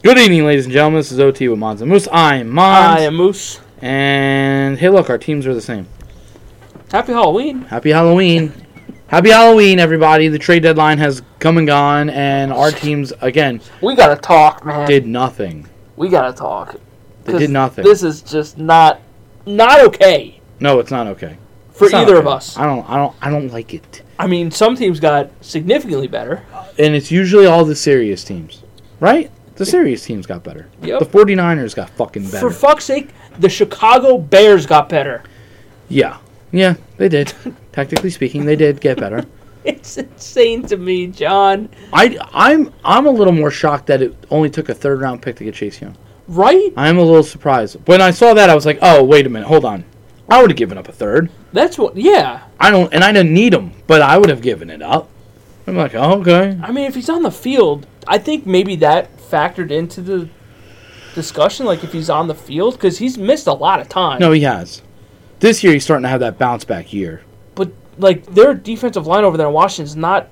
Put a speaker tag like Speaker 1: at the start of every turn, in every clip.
Speaker 1: Good evening, ladies and gentlemen. This is OT with Mons and Moose. I am Mons.
Speaker 2: I am Moose.
Speaker 1: And hey, look, our teams are the same.
Speaker 2: Happy Halloween.
Speaker 1: Happy Halloween. Happy Halloween, everybody. The trade deadline has come and gone, and our teams, again,
Speaker 2: We gotta talk, man.
Speaker 1: did nothing.
Speaker 2: we gotta talk.
Speaker 1: They
Speaker 2: 'Cause
Speaker 1: did nothing.
Speaker 2: This is just not not okay
Speaker 1: No, it's not okay.
Speaker 2: for
Speaker 1: It's not
Speaker 2: either of
Speaker 1: okay.
Speaker 2: us.
Speaker 1: I don't I don't I don't like it.
Speaker 2: I mean, some teams got significantly better.
Speaker 1: And it's usually all the serious teams. Right? The serious teams got better.
Speaker 2: Yep.
Speaker 1: The 49ers got fucking better.
Speaker 2: For fuck's sake, the Chicago Bears got better.
Speaker 1: yeah. Yeah, they did. Technically speaking, they did get better.
Speaker 2: It's insane to me, John.
Speaker 1: I I'm I'm a little more shocked that it only took a third round pick to get Chase Young.
Speaker 2: Right?
Speaker 1: I am a little surprised. When I saw that, I was like, "Oh, wait a minute, hold on." I would have given up a third.
Speaker 2: That's what. Yeah.
Speaker 1: I don't, and I didn't need him, but I would have given it up. I'm like, oh, okay,
Speaker 2: I mean, if he's on the field, I think maybe that factored into the discussion. Like if he's on the field, because he's missed a lot of time.
Speaker 1: no, he has. This year, he's starting to have that bounce back year.
Speaker 2: But like their defensive line over there in Washington's not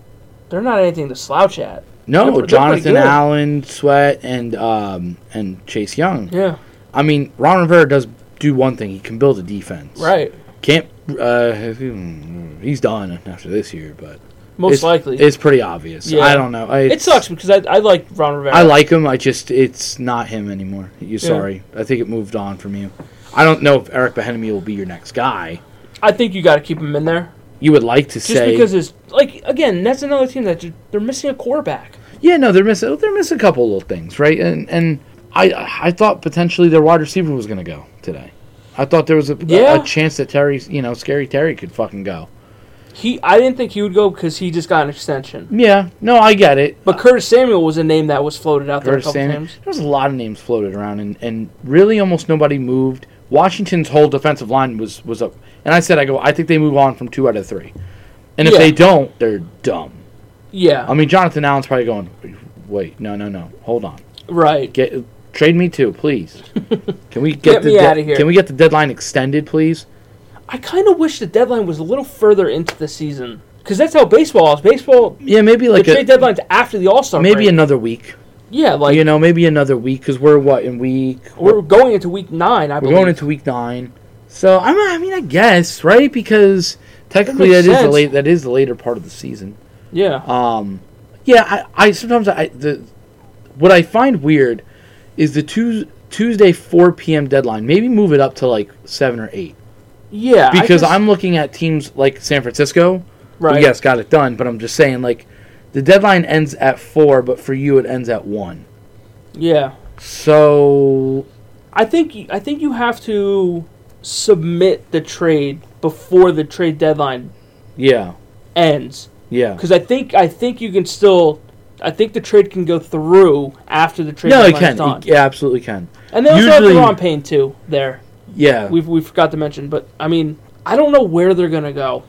Speaker 2: they're not anything to slouch at. They're-
Speaker 1: No,
Speaker 2: they're pretty
Speaker 1: Jonathan
Speaker 2: good.
Speaker 1: Allen, Sweat, and um, and Chase Young.
Speaker 2: Yeah.
Speaker 1: I mean, Ron Rivera does do one thing. He can build a defense.
Speaker 2: Right.
Speaker 1: Can't. Uh, hmm, he's done after this year, but
Speaker 2: Most
Speaker 1: it's,
Speaker 2: likely.
Speaker 1: it's pretty obvious.
Speaker 2: Yeah.
Speaker 1: I don't know. It's,
Speaker 2: it sucks because I, I like Ron Rivera.
Speaker 1: I like him. I just it's not him anymore. You sorry. I think it moved on from you. I don't know if Eric Bieniemy will be your next guy.
Speaker 2: I think you got to keep him in there
Speaker 1: You would like to
Speaker 2: just
Speaker 1: say
Speaker 2: because it's like again that's another team that ju- they're missing a quarterback.
Speaker 1: Yeah, no, they're missing they're missing a couple little things, right? And and I I thought potentially their wide receiver was going to go today. I thought there was a, a- a,
Speaker 2: Yeah.
Speaker 1: chance that Terry, you know, scary Terry could fucking go.
Speaker 2: He I didn't think he would go because he just got an extension.
Speaker 1: Yeah, no, I get it.
Speaker 2: But Curtis Samuel was a name that was floated out there
Speaker 1: Uh, Curtis
Speaker 2: a couple
Speaker 1: Samuel.
Speaker 2: times.
Speaker 1: There was a lot of names floated around, and, and really almost nobody moved. Washington's whole defensive line was was up, and I said I go I think they move on from two out of three, and if
Speaker 2: Yeah.
Speaker 1: they don't, they're dumb.
Speaker 2: Yeah,
Speaker 1: I mean, Jonathan Allen's probably going. Wait, no, no, no, hold on.
Speaker 2: right.
Speaker 1: Get trade me two, please. Can we get,
Speaker 2: Get
Speaker 1: the
Speaker 2: me
Speaker 1: de-
Speaker 2: outta here.
Speaker 1: Can we get the deadline extended, please?
Speaker 2: I kind of wish the deadline was a little further into the season because that's how baseball is. Baseball
Speaker 1: Yeah, maybe like
Speaker 2: the
Speaker 1: a,
Speaker 2: trade deadline's after the All Star.
Speaker 1: maybe another week.
Speaker 2: yeah, like
Speaker 1: you know, maybe another week because we're what in week
Speaker 2: we're going into week nine. I
Speaker 1: We're
Speaker 2: believe.
Speaker 1: going into week nine, so I'm, I mean, I guess right because technically that
Speaker 2: makes
Speaker 1: is the
Speaker 2: sense.
Speaker 1: late that is the later part of the season.
Speaker 2: yeah.
Speaker 1: Um, yeah, I, I sometimes I the what I find weird is the Tues Tuesday 4 p.m. deadline. Maybe move it up to like seven or eight
Speaker 2: Yeah, I
Speaker 1: because
Speaker 2: just-
Speaker 1: I'm looking at teams like San Francisco. who,
Speaker 2: right.
Speaker 1: yes, got it done, but I'm just saying like the deadline ends at four, but for you it ends at one.
Speaker 2: Yeah,
Speaker 1: So
Speaker 2: I think y- I think you have to submit the trade before the trade deadline
Speaker 1: yeah,
Speaker 2: ends
Speaker 1: yeah.
Speaker 2: because I think I think you can still. I think the trade can go through after the trade
Speaker 1: No, it
Speaker 2: deadline's
Speaker 1: can.
Speaker 2: done.
Speaker 1: It, it absolutely can.
Speaker 2: and they also
Speaker 1: usually-
Speaker 2: have Deron Payne too. There,
Speaker 1: Yeah.
Speaker 2: we we forgot to mention, but I mean, I don't know where they're gonna go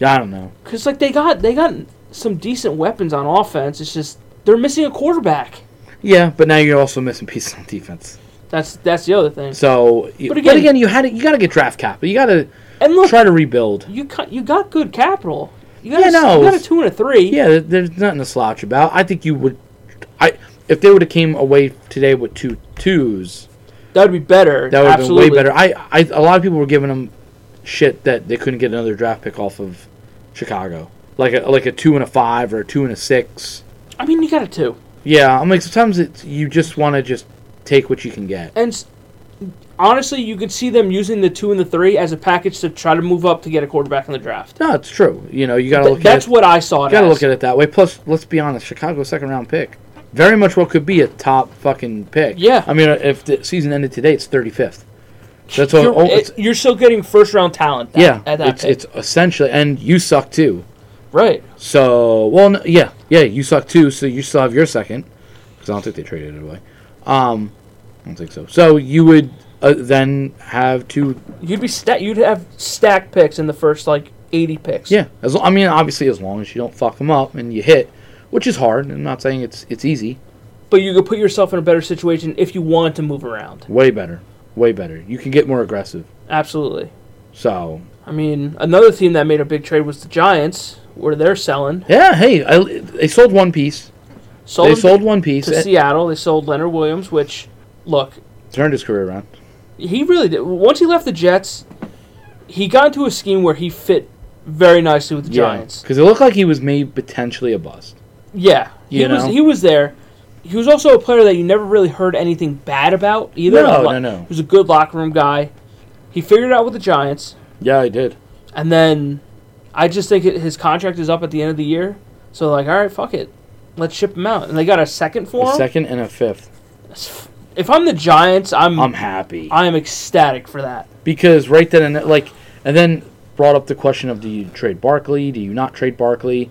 Speaker 1: I don't know.
Speaker 2: because like they got they got some decent weapons on offense. It's just they're missing a quarterback.
Speaker 1: Yeah, but now you're also missing pieces on defense.
Speaker 2: That's that's the other thing.
Speaker 1: So, you-
Speaker 2: But
Speaker 1: but again,
Speaker 2: again-
Speaker 1: you had to, you got to get draft capital. You got to
Speaker 2: And look,
Speaker 1: try to rebuild.
Speaker 2: you got you got good capital. You got,
Speaker 1: Yeah,
Speaker 2: a,
Speaker 1: no,
Speaker 2: you got a
Speaker 1: it's-
Speaker 2: two and a three.
Speaker 1: Yeah, there- there's nothing to slouch about. I think you would, I if they would have came away today with two twos,
Speaker 2: That would be better.
Speaker 1: that would have been way
Speaker 2: absolutely.
Speaker 1: better. I, I a lot of people were giving them shit that they couldn't get another draft pick off of Chicago, like a like a two and a five or a two and a six.
Speaker 2: I mean, you got a two,
Speaker 1: Yeah, I'm like sometimes it's you just want to just take what you can get.
Speaker 2: and s- honestly, you could see them using the two and the three as a package to try to move up to get a quarterback in the draft.
Speaker 1: No, it's true. You know, you got to
Speaker 2: Th-
Speaker 1: look. at
Speaker 2: that's
Speaker 1: it.
Speaker 2: what I saw. It
Speaker 1: Got to
Speaker 2: as.
Speaker 1: look at it that way. Plus, let's be honest, Chicago's second round pick very much well could be a top fucking pick.
Speaker 2: Yeah.
Speaker 1: I mean, uh, if the season ended today, it's 35th. That's all.
Speaker 2: You're,
Speaker 1: all- it's,
Speaker 2: it- you're still getting first round talent. That,
Speaker 1: yeah,
Speaker 2: at that
Speaker 1: it's
Speaker 2: pick.
Speaker 1: it's essentially, and you suck too.
Speaker 2: right.
Speaker 1: So, well, no, yeah, yeah, you suck too. So you still have your second because I don't think they traded it away. Um, I don't think so. So you would uh, then have two.
Speaker 2: You'd be sta- You'd have stacked picks in the first like eighty picks.
Speaker 1: Yeah, as lo- I mean, obviously, as long as you don't fuck them up and you hit, which is hard. I'm not saying it's it's easy.
Speaker 2: but you could put yourself in a better situation if you wanted to move around.
Speaker 1: Way better. Way better. You can get more aggressive.
Speaker 2: Absolutely.
Speaker 1: So,
Speaker 2: I mean, another team that made a big trade was the Giants, where they're selling.
Speaker 1: yeah, hey, I, they sold one piece.
Speaker 2: Sold
Speaker 1: they
Speaker 2: him
Speaker 1: sold one piece. Eh,
Speaker 2: to
Speaker 1: It
Speaker 2: Seattle. They sold Leonard Williams, which look,
Speaker 1: turned his career around.
Speaker 2: he really did. Once he left the Jets, he got into a scheme where he fit very nicely with the Giants.
Speaker 1: because it looked like he was maybe potentially a bust.
Speaker 2: Yeah, he
Speaker 1: You
Speaker 2: was
Speaker 1: know?
Speaker 2: he was there. He was also a player that you never really heard anything bad about either.
Speaker 1: No,
Speaker 2: Lo-
Speaker 1: no, no.
Speaker 2: He was a good locker room guy. He figured it out with the Giants,
Speaker 1: Yeah, he did.
Speaker 2: and then I just think it, his contract is up at the end of the year. So like, all right, fuck it, let's ship him out. And they got a second for
Speaker 1: A
Speaker 2: him.
Speaker 1: second and a fifth.
Speaker 2: if I'm the Giants, I'm
Speaker 1: I'm
Speaker 2: I'm,
Speaker 1: happy
Speaker 2: ecstatic for that.
Speaker 1: because right then and there, like, and then brought up the question of do you trade Barkley? Do you not trade Barkley?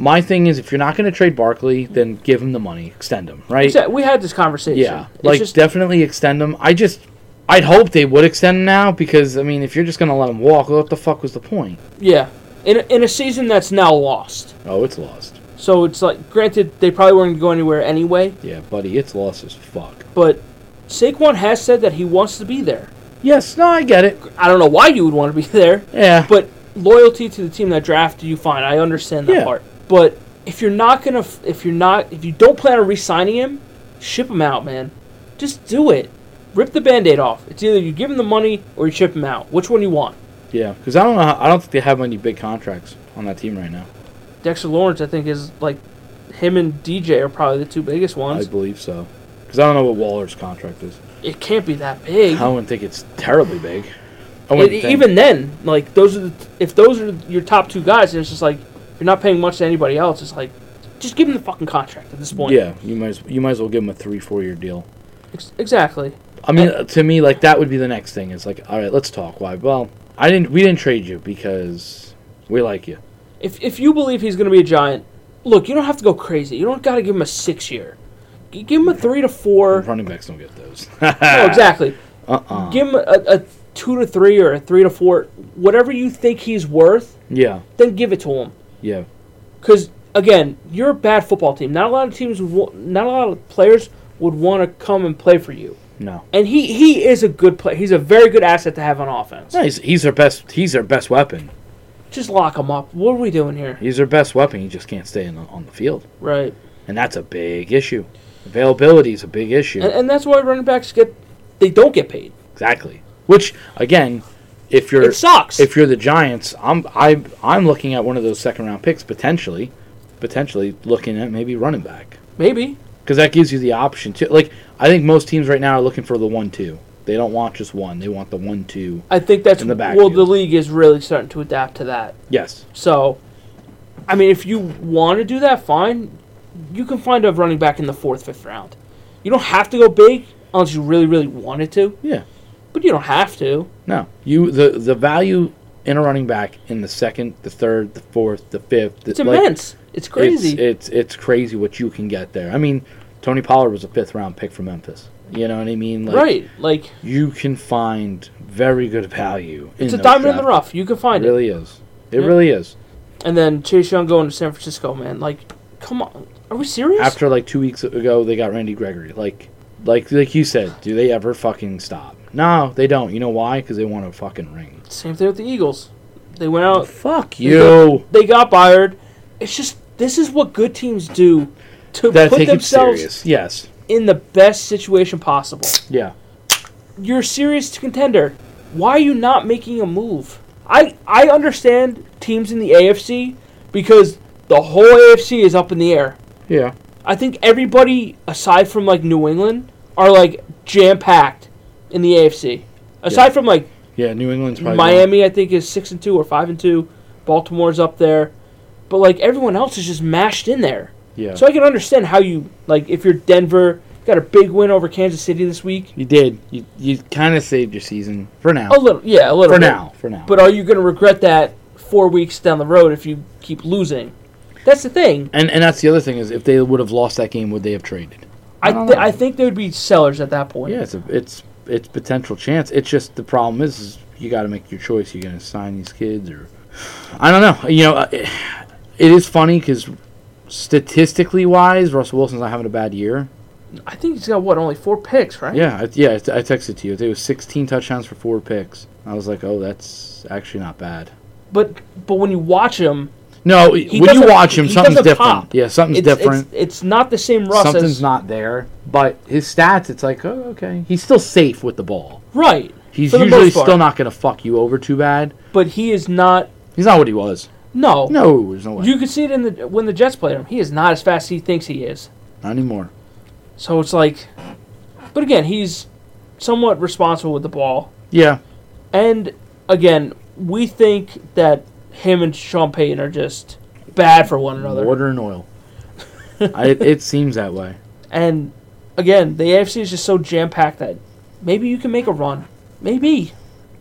Speaker 1: My thing is, if you're not going to trade Barkley, then give him the money, extend him, right?
Speaker 2: Exa- We had this conversation.
Speaker 1: Yeah,
Speaker 2: It's
Speaker 1: like
Speaker 2: just-
Speaker 1: definitely extend him. I just, I'd hope they would extend him now because I mean, if you're just going to let him walk, what the fuck was the point?
Speaker 2: Yeah, in a, in a season that's now lost.
Speaker 1: Oh, it's lost.
Speaker 2: So it's like, granted, they probably weren't going to go anywhere anyway.
Speaker 1: Yeah, buddy, it's lost as fuck.
Speaker 2: But Saquon has said that he wants to be there.
Speaker 1: Yes, no, I get it.
Speaker 2: I don't know why you would want to be there,
Speaker 1: Yeah, but
Speaker 2: but loyalty to the team that drafted you, fine. I understand that
Speaker 1: Yeah.
Speaker 2: part. But if you're not gonna, f- if you're not, if you don't plan on re-signing him, ship him out, man. Just do it. Rip the band-aid off. It's either you give him the money or you ship him out. Which one you want?
Speaker 1: yeah, because I don't know. How, I don't think they have any big contracts on that team right now.
Speaker 2: Dexter Lawrence, I think, is like him and DJ are probably the two biggest
Speaker 1: I
Speaker 2: ones.
Speaker 1: believe so. Because I don't know what Waller's contract is.
Speaker 2: It can't be that big.
Speaker 1: I wouldn't think it's terribly big. I
Speaker 2: It-
Speaker 1: wouldn't think.
Speaker 2: even then, like those are the, if those are your top two guys, and it's just like you're not paying much to anybody else. It's like just give him the fucking contract at this point.
Speaker 1: yeah, you might as, you might as well give him a three four year deal.
Speaker 2: Ex- exactly.
Speaker 1: I mean, uh, to me, like that would be the next thing. It's like, all right, let's talk. Why? Well, I didn't. We didn't trade you because we like you.
Speaker 2: If if you believe he's gonna be a giant, look, you don't have to go crazy. You don't gotta give him a six year. G- Give him a three to four.
Speaker 1: Running backs don't get those.
Speaker 2: No, exactly.
Speaker 1: Uh uh
Speaker 2: Give him a, a two to three or a three to four, whatever you think he's worth.
Speaker 1: Yeah,
Speaker 2: Then give it to him.
Speaker 1: yeah,
Speaker 2: Because again, you're a bad football team. Not a lot of teams, would wa- not a lot of players would want to come and play for you.
Speaker 1: no.
Speaker 2: And he he is a good player. He's a very good asset to have on offense.
Speaker 1: No, he's, he's their best. He's their best weapon.
Speaker 2: Just lock him up. What are we doing here?
Speaker 1: He's their best weapon. He just can't stay in the, on the field,
Speaker 2: Right.
Speaker 1: and that's a big issue. Availability is a big issue.
Speaker 2: And, and that's why running backs get they don't get paid.
Speaker 1: Exactly. Which again, if you're
Speaker 2: It sucks.
Speaker 1: if you're the Giants, I'm I I'm looking at one of those second round picks potentially, potentially looking at maybe running back
Speaker 2: Maybe.
Speaker 1: because that gives you the option to like I think most teams right now are looking for the one two. They don't want just one. They want the one two.
Speaker 2: I think that's
Speaker 1: In the
Speaker 2: well
Speaker 1: backfield.
Speaker 2: the league is really starting to adapt to that.
Speaker 1: Yes.
Speaker 2: So I mean if you want to do that fine, you can find a running back in the 4th 5th round. You don't have to go big unless you really really wanted to,
Speaker 1: Yeah.
Speaker 2: but you don't have to.
Speaker 1: No. You the the value in a running back in the second, the third, the fourth, the fifth.
Speaker 2: It's immense. It's crazy.
Speaker 1: It's, it's it's crazy what you can get there. I mean, Tony Pollard was a fifth round pick for Memphis. You know what I mean? Like,
Speaker 2: right. Like
Speaker 1: you can find very good value.
Speaker 2: it's a diamond in the rough. You can
Speaker 1: It
Speaker 2: find it.
Speaker 1: really is. It
Speaker 2: Yeah.
Speaker 1: really is.
Speaker 2: And then Chase Young going to San Francisco, man. Like, come on. Are we serious?
Speaker 1: After like two weeks ago, they got Randy Gregory. Like, like, like you said, do they ever fucking stop? No, they don't. You know why? Because they want a fucking ring.
Speaker 2: Same thing with the Eagles. They went out,
Speaker 1: Fuck
Speaker 2: you.
Speaker 1: you.
Speaker 2: they got fired. It's just, this is what good teams do to
Speaker 1: That
Speaker 2: put
Speaker 1: take it
Speaker 2: themselves
Speaker 1: serious. Yes.
Speaker 2: in the best situation possible.
Speaker 1: Yeah.
Speaker 2: You're a serious contender. Why are you not making a move? I, I understand teams in the AFC because the whole AFC is up in the air.
Speaker 1: Yeah.
Speaker 2: I think everybody aside from like New England are like jam packed in the AFC. Aside
Speaker 1: Yeah.
Speaker 2: from like
Speaker 1: Yeah. New England's probably
Speaker 2: Miami, I think is six and two or five and two. Baltimore's up there, but like everyone else is just mashed in there.
Speaker 1: Yeah.
Speaker 2: So I can understand how you like if you're Denver, got a big win over Kansas City this week.
Speaker 1: you did. You you kind of saved your season for now.
Speaker 2: A little, yeah, a little.
Speaker 1: for
Speaker 2: bit.
Speaker 1: now. For now.
Speaker 2: But are you going to regret that four weeks down the road if you keep losing? That's the thing.
Speaker 1: and and that's the other thing is if they would have lost that game, would they have traded?
Speaker 2: I
Speaker 1: don't
Speaker 2: th-
Speaker 1: know.
Speaker 2: I think there would be sellers at that point.
Speaker 1: Yeah, it's a, it's it's potential chance. It's just the problem is, is you got to make your choice. You're going to sign these kids, or I don't know. You know, uh, it, it is funny because statistically wise, Russell Wilson's not having a bad year.
Speaker 2: I think he's got what only four picks, right?
Speaker 1: Yeah, I, yeah. I, t- I texted to you. It was 16 touchdowns for four picks. I was like, oh, that's actually not bad.
Speaker 2: But but when you watch him,
Speaker 1: No, when
Speaker 2: He
Speaker 1: you
Speaker 2: doesn't-
Speaker 1: watch him,
Speaker 2: he
Speaker 1: something's
Speaker 2: doesn't
Speaker 1: different.
Speaker 2: pop.
Speaker 1: Yeah, something's
Speaker 2: It's,
Speaker 1: different.
Speaker 2: It's, it's not the same Russ
Speaker 1: something's
Speaker 2: as
Speaker 1: not there. But his stats, it's like, oh, okay. He's still safe with the ball.
Speaker 2: right.
Speaker 1: He's
Speaker 2: for the
Speaker 1: usually
Speaker 2: most part.
Speaker 1: still not going to fuck you over too bad.
Speaker 2: But he is not.
Speaker 1: He's not what he was.
Speaker 2: No,
Speaker 1: No, there's no way.
Speaker 2: You can see it in the when the Jets played him. He is not as fast as he thinks he is.
Speaker 1: not anymore.
Speaker 2: So it's like, but again, he's somewhat responsible with the ball.
Speaker 1: Yeah.
Speaker 2: And again, we think that him and Sean Payton are just bad for one another.
Speaker 1: Water and oil. I, it, it seems that way.
Speaker 2: And again, the AFC is just so jam packed that maybe you can make a run. Maybe.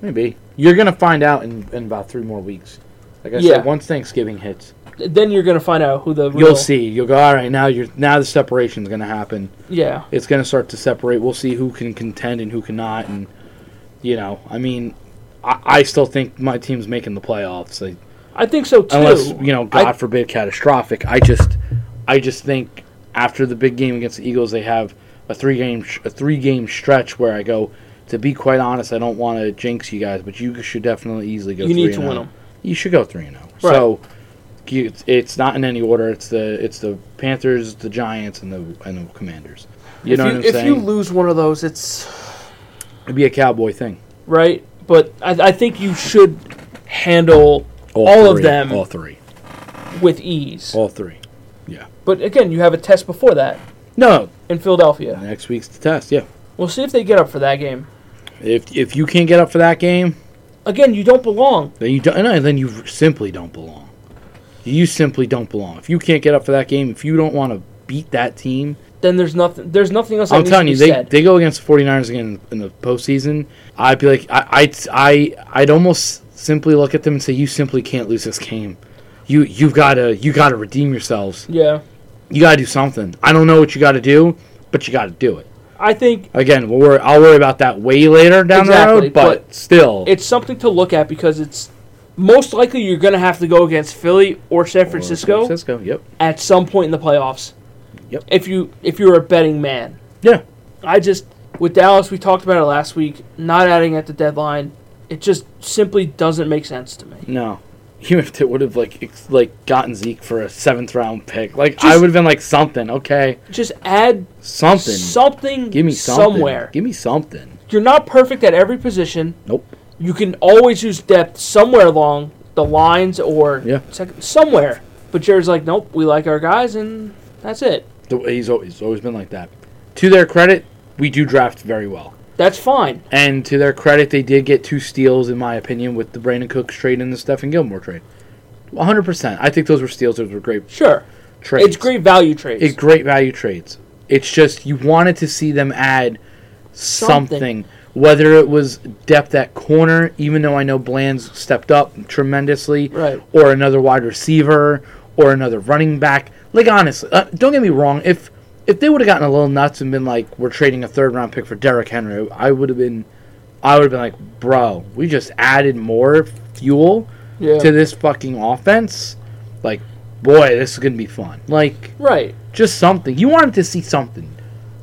Speaker 1: Maybe. You're going to find out in, in about three more weeks. Like I
Speaker 2: Yeah.
Speaker 1: said, once Thanksgiving hits,
Speaker 2: Then you're gonna find out who the real,
Speaker 1: you'll see. You'll go, all right, now you're now the separation's going to happen.
Speaker 2: Yeah,
Speaker 1: It's going to start to separate. We'll see who can contend and who cannot. And, you know, I mean, I, I still think my team's making the playoffs. Like,
Speaker 2: I think so too.
Speaker 1: unless you know god
Speaker 2: I-
Speaker 1: forbid catastrophic i just i just think after the big game against the eagles they have a three game sh- a three game stretch where i go to be quite honest i don't want to jinx you guys but you should definitely easily go
Speaker 2: you need
Speaker 1: 3
Speaker 2: to
Speaker 1: and
Speaker 2: win
Speaker 1: 0.
Speaker 2: them.
Speaker 1: you should go 3 and 0 so you, it's not in any order it's the it's the panthers the giants and the and the commanders you know
Speaker 2: if you,
Speaker 1: what i'm
Speaker 2: if
Speaker 1: saying
Speaker 2: you lose one of those, it's
Speaker 1: it'd be a cowboy thing
Speaker 2: right? But I, I think you should handle All of
Speaker 1: three.
Speaker 2: them.
Speaker 1: all three
Speaker 2: with ease.
Speaker 1: all three
Speaker 2: But again, you have a test before that
Speaker 1: no
Speaker 2: in Philadelphia.
Speaker 1: next week's the test yeah
Speaker 2: We'll see if they get up for that game.
Speaker 1: if if you can't get up for that game
Speaker 2: Again, you don't belong.
Speaker 1: Then you don't. No, then you simply don't belong. You simply don't belong. If you can't get up for that game, if you don't want to beat that team,
Speaker 2: Then there's nothing. There's nothing else. That
Speaker 1: I'm
Speaker 2: needs
Speaker 1: telling
Speaker 2: to
Speaker 1: you,
Speaker 2: be
Speaker 1: they,
Speaker 2: said.
Speaker 1: they go against the 49ers again in the postseason. I'd be like, I, I'd, I, I'd almost simply look at them and say, you simply can't lose this game. You, you've got to, you got to redeem yourselves.
Speaker 2: yeah,
Speaker 1: You got to do something. I don't know what you got to do, but you got to do it.
Speaker 2: I think
Speaker 1: Again, we'll worry, I'll worry about that way later down the
Speaker 2: Exactly,
Speaker 1: road, but, still,
Speaker 2: it's something to look at because it's most likely you're going to have to go against Philly or San Francisco
Speaker 1: Francisco, yep.
Speaker 2: at some point in the playoffs.
Speaker 1: Yep.
Speaker 2: If you if you're a betting man,
Speaker 1: Yeah.
Speaker 2: I just with Dallas we talked about it last week. Not adding at the deadline, it just simply doesn't make sense to me.
Speaker 1: No. Even if they would have like ex- like gotten Zeke for a seventh round pick, like I
Speaker 2: Just-
Speaker 1: would have been like something, okay,
Speaker 2: Just add
Speaker 1: something.
Speaker 2: something,
Speaker 1: Give me something.
Speaker 2: somewhere.
Speaker 1: Give me something.
Speaker 2: You're not perfect at every position.
Speaker 1: Nope.
Speaker 2: You can always use depth somewhere along the lines or
Speaker 1: Yeah.
Speaker 2: sec- somewhere. But Jared's like, nope, we like our guys, and that's it.
Speaker 1: The way he's always, always been like that. To their credit, we do draft very well,
Speaker 2: That's fine.
Speaker 1: and to their credit, they did get two steals in my opinion with the Brandon Cooks trade and the Stephen Gilmore trade. 100. percent I think those were steals. Those were great
Speaker 2: Sure.
Speaker 1: trades.
Speaker 2: It's great value trades.
Speaker 1: It's great value trades. It's just you wanted to see them add something.
Speaker 2: Something.
Speaker 1: Whether it was depth at corner, even though I know Bland's stepped up tremendously,
Speaker 2: Right.
Speaker 1: or another wide receiver, or another running back. Like honestly, uh, don't get me wrong. If if they would have gotten a little nuts and been like, "We're trading a third round pick for Derrick Henry," I would have been, I would have been like, "Bro, we just added more fuel
Speaker 2: yeah.
Speaker 1: to this fucking offense. Like, boy, this is gonna be fun." Like,
Speaker 2: right.
Speaker 1: just something. You wanted to see something.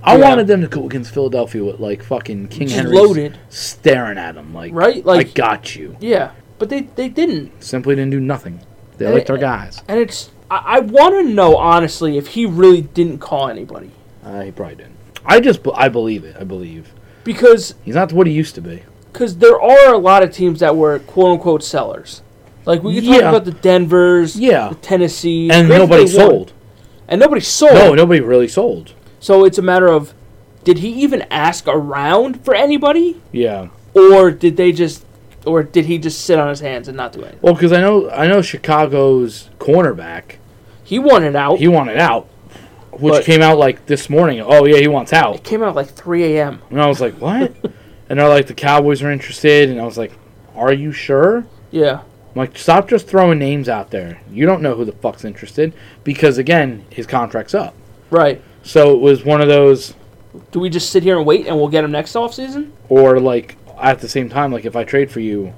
Speaker 1: I
Speaker 2: Yeah.
Speaker 1: wanted them to go against Philadelphia with like fucking King
Speaker 2: Just
Speaker 1: Henry
Speaker 2: loaded.
Speaker 1: staring at them like,
Speaker 2: Right?
Speaker 1: I
Speaker 2: Like-
Speaker 1: got you.
Speaker 2: Yeah. But they, they didn't.
Speaker 1: Simply didn't do nothing. They
Speaker 2: And
Speaker 1: liked
Speaker 2: it-
Speaker 1: our guys.
Speaker 2: And it's. I, I want to know, honestly, if he really didn't call anybody.
Speaker 1: Uh, he probably didn't. I just be- I believe it. I believe
Speaker 2: Because
Speaker 1: he's not what he used to be.
Speaker 2: cause there are a lot of teams that were quote unquote sellers. Like, we can talk
Speaker 1: Yeah.
Speaker 2: about the Denvers,
Speaker 1: Yeah.
Speaker 2: the Tennessee.
Speaker 1: And nobody sold.
Speaker 2: And nobody sold.
Speaker 1: No, nobody really sold.
Speaker 2: So it's a matter of did he even ask around for anybody?
Speaker 1: Yeah.
Speaker 2: Or did they just or did he just sit on his hands and not do anything?
Speaker 1: Well, because I know I know Chicago's cornerback.
Speaker 2: He wanted out.
Speaker 1: He wanted out, which
Speaker 2: But-
Speaker 1: came out like this morning. Oh yeah, he wants out.
Speaker 2: it came out like 3 a.m.
Speaker 1: And I was like, what? and they're like, the Cowboys are interested. And I was like, are you sure?
Speaker 2: Yeah.
Speaker 1: I'm like, stop just throwing names out there. You don't know who the fuck's interested because, again, his contract's up.
Speaker 2: Right.
Speaker 1: So it was one of those,
Speaker 2: Do we just sit here and wait and we'll get him next offseason?
Speaker 1: or like at the same time, like if I trade for you,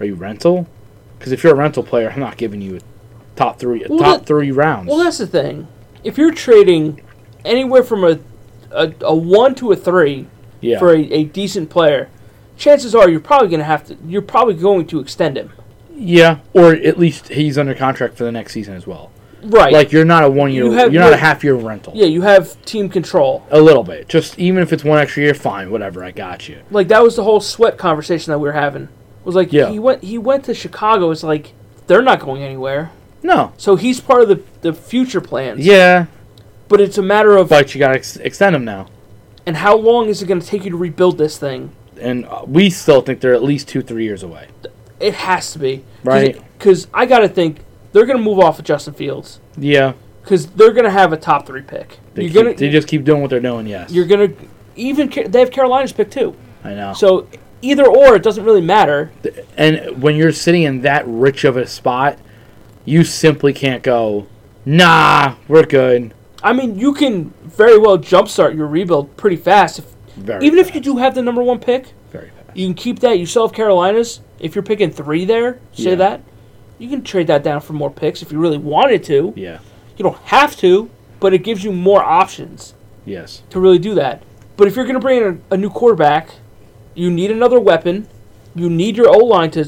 Speaker 1: are you rental? Because if you're a rental player, I'm not giving you a top three, a
Speaker 2: Well,
Speaker 1: top
Speaker 2: that-
Speaker 1: three rounds.
Speaker 2: Well, that's the thing. If you're trading anywhere from a a, a 1 to a 3
Speaker 1: yeah,
Speaker 2: for a, a decent player, chances are you're probably going to have to you're probably going to extend him.
Speaker 1: Yeah, or at least he's under contract for the next season as well.
Speaker 2: Right.
Speaker 1: Like you're not a one year,
Speaker 2: You
Speaker 1: you
Speaker 2: have
Speaker 1: are not
Speaker 2: no-
Speaker 1: a half year rental.
Speaker 2: yeah, you have team control.
Speaker 1: A little bit, just even if it's one extra year, fine, whatever. I got you.
Speaker 2: Like that was the whole sweat conversation that we were having. Was like
Speaker 1: Yeah.
Speaker 2: he went he went to Chicago. It's like they're not going anywhere.
Speaker 1: No.
Speaker 2: So he's part of the the future plans.
Speaker 1: Yeah,
Speaker 2: But it's a matter of
Speaker 1: but you gotta ex- extend him now,
Speaker 2: and how long is it going to take you to rebuild this thing?
Speaker 1: and uh, we still think they're at least two, three years away.
Speaker 2: It has to be
Speaker 1: Right.
Speaker 2: Because I got to think they're going to move off of Justin Fields
Speaker 1: Yeah,
Speaker 2: because they're going to have a top three pick.
Speaker 1: they,
Speaker 2: you're
Speaker 1: keep,
Speaker 2: gonna
Speaker 1: they just keep doing what they're doing. Yes,
Speaker 2: you're gonna even Ca- they have Carolina's pick too.
Speaker 1: I know.
Speaker 2: So either or, it doesn't really matter.
Speaker 1: and when you're sitting in that rich of a spot, you simply can't go. Nah, we're good.
Speaker 2: I mean, you can very well jumpstart your rebuild pretty fast. If,
Speaker 1: Very
Speaker 2: even if
Speaker 1: fast,
Speaker 2: you do have the number one pick,
Speaker 1: very fast.
Speaker 2: you can keep that. You still have Carolina's. If you're picking three there, say
Speaker 1: Yeah.
Speaker 2: that. You can trade that down for more picks if you really wanted to.
Speaker 1: Yeah.
Speaker 2: You don't have to, but it gives you more options.
Speaker 1: Yes.
Speaker 2: to really do that. But if you're going to bring in a, a new quarterback, you need another weapon. You need your O line to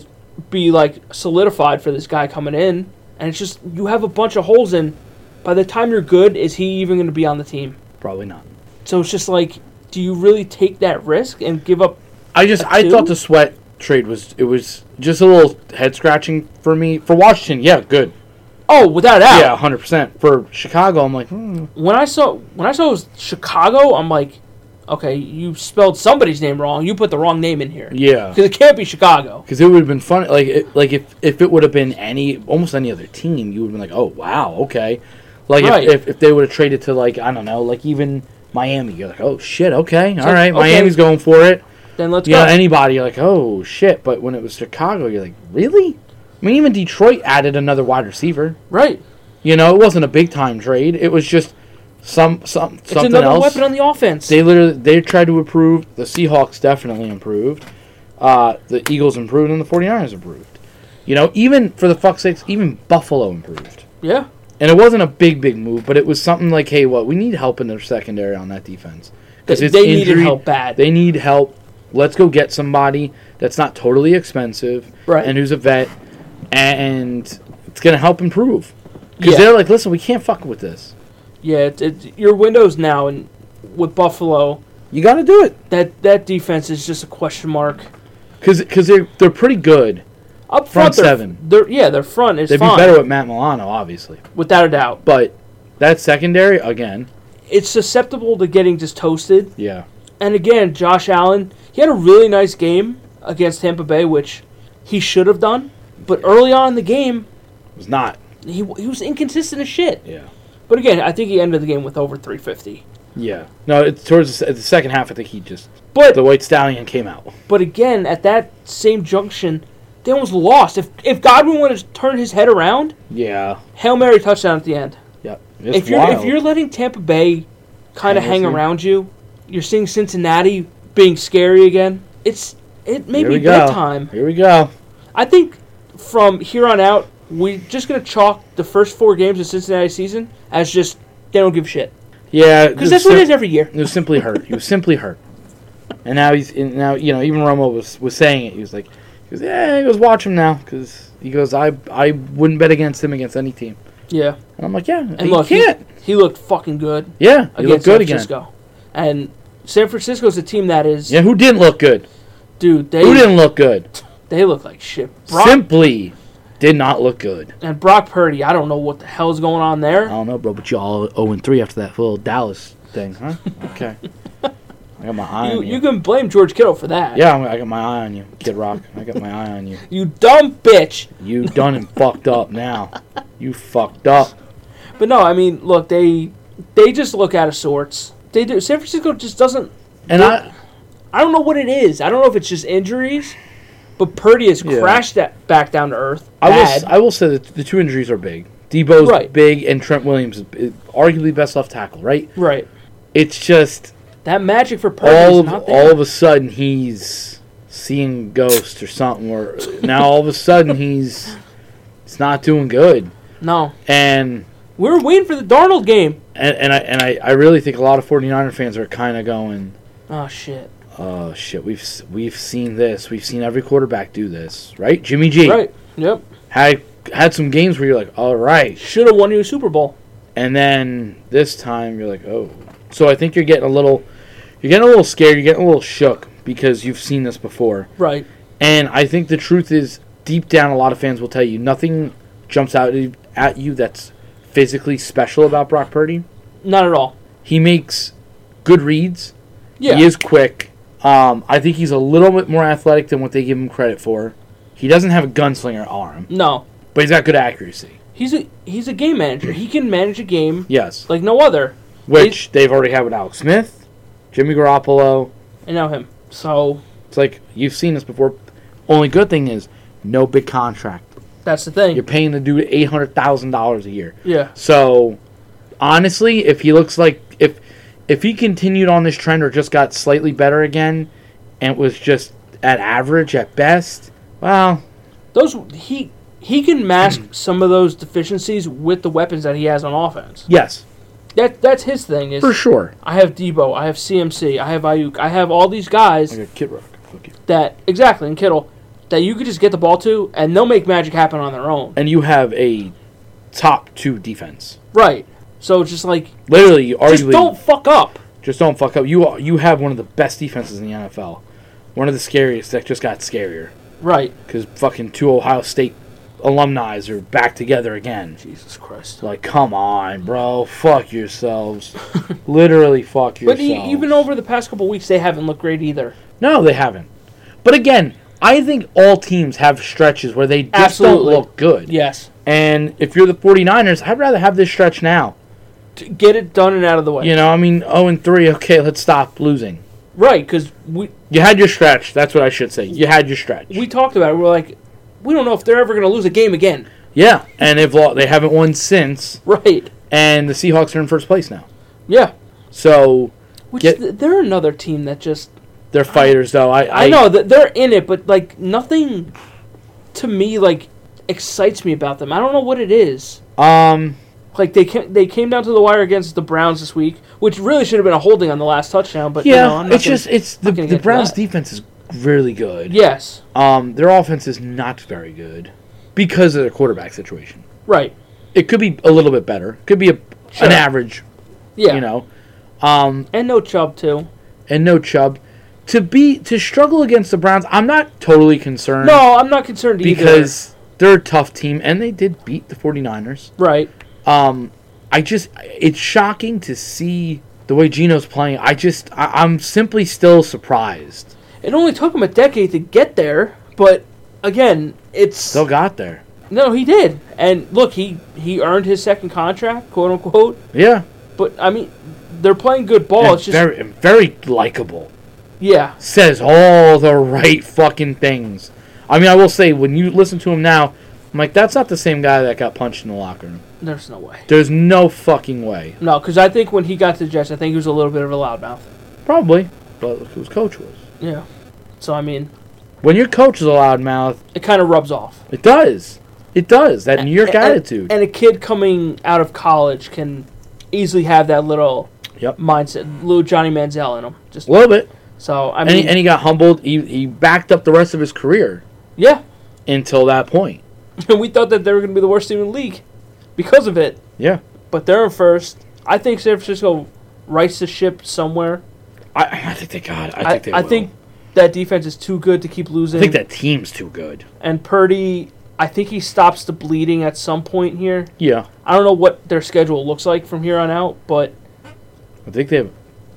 Speaker 2: be like solidified for this guy coming in, and it's just you have a bunch of holes in. By the time you're good, is he even going to be on the team?
Speaker 1: Probably not.
Speaker 2: So it's just like, do you really take that risk and give up?
Speaker 1: I just I
Speaker 2: two?
Speaker 1: thought the sweat trade was it was just a little head scratching for me for Washington. Yeah, good.
Speaker 2: Oh, without a doubt.
Speaker 1: Yeah, hundred percent for Chicago. I'm like, hmm,
Speaker 2: When I saw when I saw it was Chicago, I'm like, okay, you spelled somebody's name wrong. You put the wrong name in here
Speaker 1: yeah,
Speaker 2: because it can't be Chicago.
Speaker 1: because it would have been fun. Like it, like if if it would have been any almost any other team, you would have been like, oh wow, okay. Like if-
Speaker 2: Right.
Speaker 1: if, if they would have traded to like I don't know, like even Miami, you're like, oh shit, okay, all
Speaker 2: like,
Speaker 1: right,
Speaker 2: okay.
Speaker 1: Miami's going for it.
Speaker 2: Then let's
Speaker 1: Yeah,
Speaker 2: go.
Speaker 1: anybody, you're like, oh shit. But when it was Chicago, you're like, really? I mean, even Detroit added another wide receiver.
Speaker 2: right.
Speaker 1: You know, it wasn't a big time trade. It was just some some
Speaker 2: It's
Speaker 1: something
Speaker 2: another
Speaker 1: else.
Speaker 2: weapon on the offense.
Speaker 1: they literally they tried to improve. The Seahawks definitely improved. Uh, the Eagles improved and the 49ers improved. You know, even for the fuck's sakes, even Buffalo improved.
Speaker 2: yeah.
Speaker 1: And it wasn't a big big move, but it was something like, hey, what we need help in their secondary on that defense because
Speaker 2: They-
Speaker 1: it's
Speaker 2: they
Speaker 1: injury.
Speaker 2: needed help bad.
Speaker 1: They need help. Let's go get somebody that's not totally expensive
Speaker 2: Right.
Speaker 1: and who's a vet, and it's gonna help improve. Because
Speaker 2: Yeah.
Speaker 1: they're like, listen, we can't fuck with this.
Speaker 2: yeah, it, it, your windows now and with Buffalo,
Speaker 1: You got to do it
Speaker 2: that that defense is just a question mark.
Speaker 1: because they're they're pretty good.
Speaker 2: Up front,
Speaker 1: Front
Speaker 2: they're,
Speaker 1: seven.
Speaker 2: They're, yeah, their front is
Speaker 1: They'd
Speaker 2: fine,
Speaker 1: be better with Matt Milano, obviously,
Speaker 2: without a doubt.
Speaker 1: but that secondary again,
Speaker 2: It's susceptible to getting just toasted.
Speaker 1: yeah,
Speaker 2: And again, Josh Allen, he had a really nice game against Tampa Bay, which he should have done. But early on in the game,
Speaker 1: it was not.
Speaker 2: he, he was inconsistent as shit.
Speaker 1: Yeah,
Speaker 2: But again, I think he ended the game with over 350.
Speaker 1: yeah. No, it's towards the, se- the second half. I think he just
Speaker 2: But
Speaker 1: the White Stallion came out.
Speaker 2: But again, at that same junction, they almost lost. If if Godwin would have turned his head around,
Speaker 1: Yeah,
Speaker 2: hail mary touchdown at the end.
Speaker 1: yeah. It's
Speaker 2: if you're
Speaker 1: wild.
Speaker 2: if you're letting Tampa Bay kind of
Speaker 1: Hang
Speaker 2: hang
Speaker 1: with you.
Speaker 2: around you, you're seeing Cincinnati being scary again. It's it may
Speaker 1: Here we
Speaker 2: be
Speaker 1: go.
Speaker 2: bedtime.
Speaker 1: Here we go.
Speaker 2: I think from here on out, we're just gonna chalk the first four games of Cincinnati season as just they don't give a shit
Speaker 1: Yeah,
Speaker 2: because that's what it is every year.
Speaker 1: It was simply hurt. He was simply hurt. And now he's and now you know even Romo was was saying it. He was like, he goes, yeah, he goes watch him now because he goes, I I wouldn't bet against him against any team.
Speaker 2: Yeah,
Speaker 1: And I'm like, yeah,
Speaker 2: and
Speaker 1: you
Speaker 2: look, he,
Speaker 1: can't.
Speaker 2: he looked fucking good.
Speaker 1: yeah, he
Speaker 2: against
Speaker 1: looked
Speaker 2: San
Speaker 1: good again.
Speaker 2: Francisco. And San Francisco's a team that is,
Speaker 1: Yeah, who didn't look good?
Speaker 2: dude,
Speaker 1: Who
Speaker 2: they
Speaker 1: didn't look good?
Speaker 2: they look like shit. Brock
Speaker 1: Simply did not look good.
Speaker 2: and Brock Purdy, I don't know what the hell's going on
Speaker 1: I
Speaker 2: there.
Speaker 1: don't know, bro, but you all 0 and 3 after that little Dallas thing, huh? Okay. I got my eye
Speaker 2: you
Speaker 1: on you.
Speaker 2: you can blame George Kittle for that.
Speaker 1: yeah, I got my eye on you, Kid Rock. I got my eye on you.
Speaker 2: You dumb bitch.
Speaker 1: You done and fucked up now. You fucked up.
Speaker 2: But no, I mean, look, they they just look out of sorts. They do. San Francisco just doesn't.
Speaker 1: And I,
Speaker 2: I don't know what it is. I don't know if it's just injuries, but Purdy has
Speaker 1: Yeah.
Speaker 2: crashed that back down to earth.
Speaker 1: I will,
Speaker 2: Bad.
Speaker 1: s- I will say that the two injuries are big. Debo's
Speaker 2: Right.
Speaker 1: big, and Trent Williams is is arguably best left tackle. Right?
Speaker 2: right.
Speaker 1: It's just
Speaker 2: That magic for Purdy
Speaker 1: all
Speaker 2: is
Speaker 1: of,
Speaker 2: not
Speaker 1: all
Speaker 2: there.
Speaker 1: of a sudden he's seeing ghosts or something. Or now all of a sudden he's it's not doing good.
Speaker 2: no,
Speaker 1: And
Speaker 2: we were waiting for the Darnold game.
Speaker 1: and, and I and I, I really think a lot of 49er fans are kind of going,
Speaker 2: Oh shit.
Speaker 1: oh shit, we've s- we've seen this, we've seen every quarterback do this, right? Jimmy G,
Speaker 2: Right. Yep.
Speaker 1: Had had some games where you're like, all right,
Speaker 2: Should have won you a Super Bowl.
Speaker 1: and then this time you're like, oh. So I think you're getting a little, you're getting a little scared. You're getting a little shook because you've seen this before.
Speaker 2: Right.
Speaker 1: And I think the truth is, deep down, a lot of fans will tell you nothing jumps out at you that's physically special about Brock Purdy.
Speaker 2: Not at all.
Speaker 1: He makes good reads.
Speaker 2: Yeah.
Speaker 1: He is quick. Um, I think he's a little bit more athletic than what they give him credit for. He doesn't have a gunslinger arm,
Speaker 2: no.
Speaker 1: but he's got good accuracy.
Speaker 2: He's a he's a game manager. He can manage a game
Speaker 1: Yes,
Speaker 2: like no other.
Speaker 1: which they've already had with Alex Smith, Jimmy Garoppolo.
Speaker 2: And now him. So
Speaker 1: It's like you've seen this before. Only good thing is no big contract.
Speaker 2: that's the thing.
Speaker 1: You're paying the dude eight hundred thousand dollars a year.
Speaker 2: Yeah.
Speaker 1: So honestly, if he looks like if if he continued on this trend or just got slightly better again and was just at average at best, well,
Speaker 2: Those he he can mask some of those deficiencies with the weapons that he has on offense.
Speaker 1: yes,
Speaker 2: That that's his thing is
Speaker 1: for sure.
Speaker 2: I have Debo, I have CMC, I have Ayuk, I have all these guys
Speaker 1: Kid Rock. Fuck you.
Speaker 2: that exactly and Kittle that you could just get the ball to and they'll make magic happen on their own.
Speaker 1: And you have a top two defense.
Speaker 2: Right. So it's just like
Speaker 1: Literally, you
Speaker 2: just
Speaker 1: arguably
Speaker 2: don't fuck up.
Speaker 1: just don't fuck up. You you have one of the best defenses in the NFL, one of the scariest that just got scarier
Speaker 2: Right.
Speaker 1: because fucking two Ohio State alumni are back together again.
Speaker 2: Jesus Christ.
Speaker 1: Like, come on, bro. Fuck yourselves. Literally, fuck
Speaker 2: But
Speaker 1: yourselves.
Speaker 2: e- even over the past couple weeks, they haven't looked great either.
Speaker 1: no, they haven't. But again, I think all teams have stretches where they just
Speaker 2: Absolutely.
Speaker 1: don't look good.
Speaker 2: Yes.
Speaker 1: And if you're the 49ers, I'd rather have this stretch now.
Speaker 2: T- Get it done and out of the way.
Speaker 1: You know, I mean, 0 and 3, okay, let's stop losing.
Speaker 2: Right, because we
Speaker 1: You had your stretch. That's what I should say. You had your stretch.
Speaker 2: we talked about it. We're like, we don't know if they're ever going to lose a game again.
Speaker 1: yeah, and they've lost, they haven't won since,
Speaker 2: Right.
Speaker 1: and the Seahawks are in first place now.
Speaker 2: Yeah.
Speaker 1: So
Speaker 2: Which
Speaker 1: Get-
Speaker 2: th- they're another team that just
Speaker 1: they're fighters, though. I, I,
Speaker 2: I, know that they're in it, but like nothing to me like excites me about them. I don't know what it is.
Speaker 1: Um,
Speaker 2: Like they came, they came down to the wire against the Browns this week, which really should have been a holding on the last touchdown. But you
Speaker 1: yeah,
Speaker 2: know, I'm not
Speaker 1: it's
Speaker 2: gonna-
Speaker 1: just it's the,
Speaker 2: not gonna
Speaker 1: the
Speaker 2: get to
Speaker 1: Browns'
Speaker 2: that.
Speaker 1: defense is really good.
Speaker 2: yes,
Speaker 1: Um, their offense is not very good because of their quarterback situation.
Speaker 2: right,
Speaker 1: It could be a little bit better. Could be a,
Speaker 2: Sure.
Speaker 1: an average,
Speaker 2: yeah,
Speaker 1: you know. Um,
Speaker 2: and no Chubb too.
Speaker 1: and no Chubb to be to struggle against the Browns. I'm not totally concerned
Speaker 2: No, I'm not concerned either.
Speaker 1: because they're a tough team and they did beat the 49ers.
Speaker 2: right,
Speaker 1: Um, I just it's shocking to see the way Gino's playing. I just I, I'm simply still surprised.
Speaker 2: it only took him a decade to get there, but again, it's
Speaker 1: Still got there.
Speaker 2: no, he did, and look, he he earned his second contract, quote unquote.
Speaker 1: Yeah.
Speaker 2: But I mean, they're playing good ball.
Speaker 1: and
Speaker 2: Oh, it's just
Speaker 1: very, and very likable.
Speaker 2: yeah,
Speaker 1: Says all the right fucking things. I mean, I will say when you listen to him now, I'm like, that's not the same guy that got punched in the locker room.
Speaker 2: there's no way.
Speaker 1: There's no fucking way.
Speaker 2: No, because I think when he got to the Jets, I think he was a little bit of a loudmouth.
Speaker 1: Probably, but look whose coach was.
Speaker 2: Yeah. So I mean,
Speaker 1: When your coach is a loudmouth,
Speaker 2: it kind of rubs off.
Speaker 1: it does. It does that New York
Speaker 2: And- and-
Speaker 1: attitude.
Speaker 2: And a kid coming out of college can easily have that little
Speaker 1: Yep.
Speaker 2: mindset, little Johnny Manziel in him. Just
Speaker 1: a little bit.
Speaker 2: so I
Speaker 1: And
Speaker 2: mean,
Speaker 1: he, and he got humbled. He, he backed up the rest of his career
Speaker 2: yeah.
Speaker 1: until that point.
Speaker 2: we thought that they were going to be the worst team in the league because of it,
Speaker 1: Yeah.
Speaker 2: but they're in first. I think San Francisco rights the ship somewhere.
Speaker 1: I, I think they got. it. I
Speaker 2: I
Speaker 1: think they.
Speaker 2: I
Speaker 1: will.
Speaker 2: think that defense is too good to keep losing.
Speaker 1: I think that team's too good.
Speaker 2: and Purdy, I think he stops the bleeding at some point here.
Speaker 1: Yeah.
Speaker 2: I don't know what their schedule looks like from here on out, but
Speaker 1: I think they have.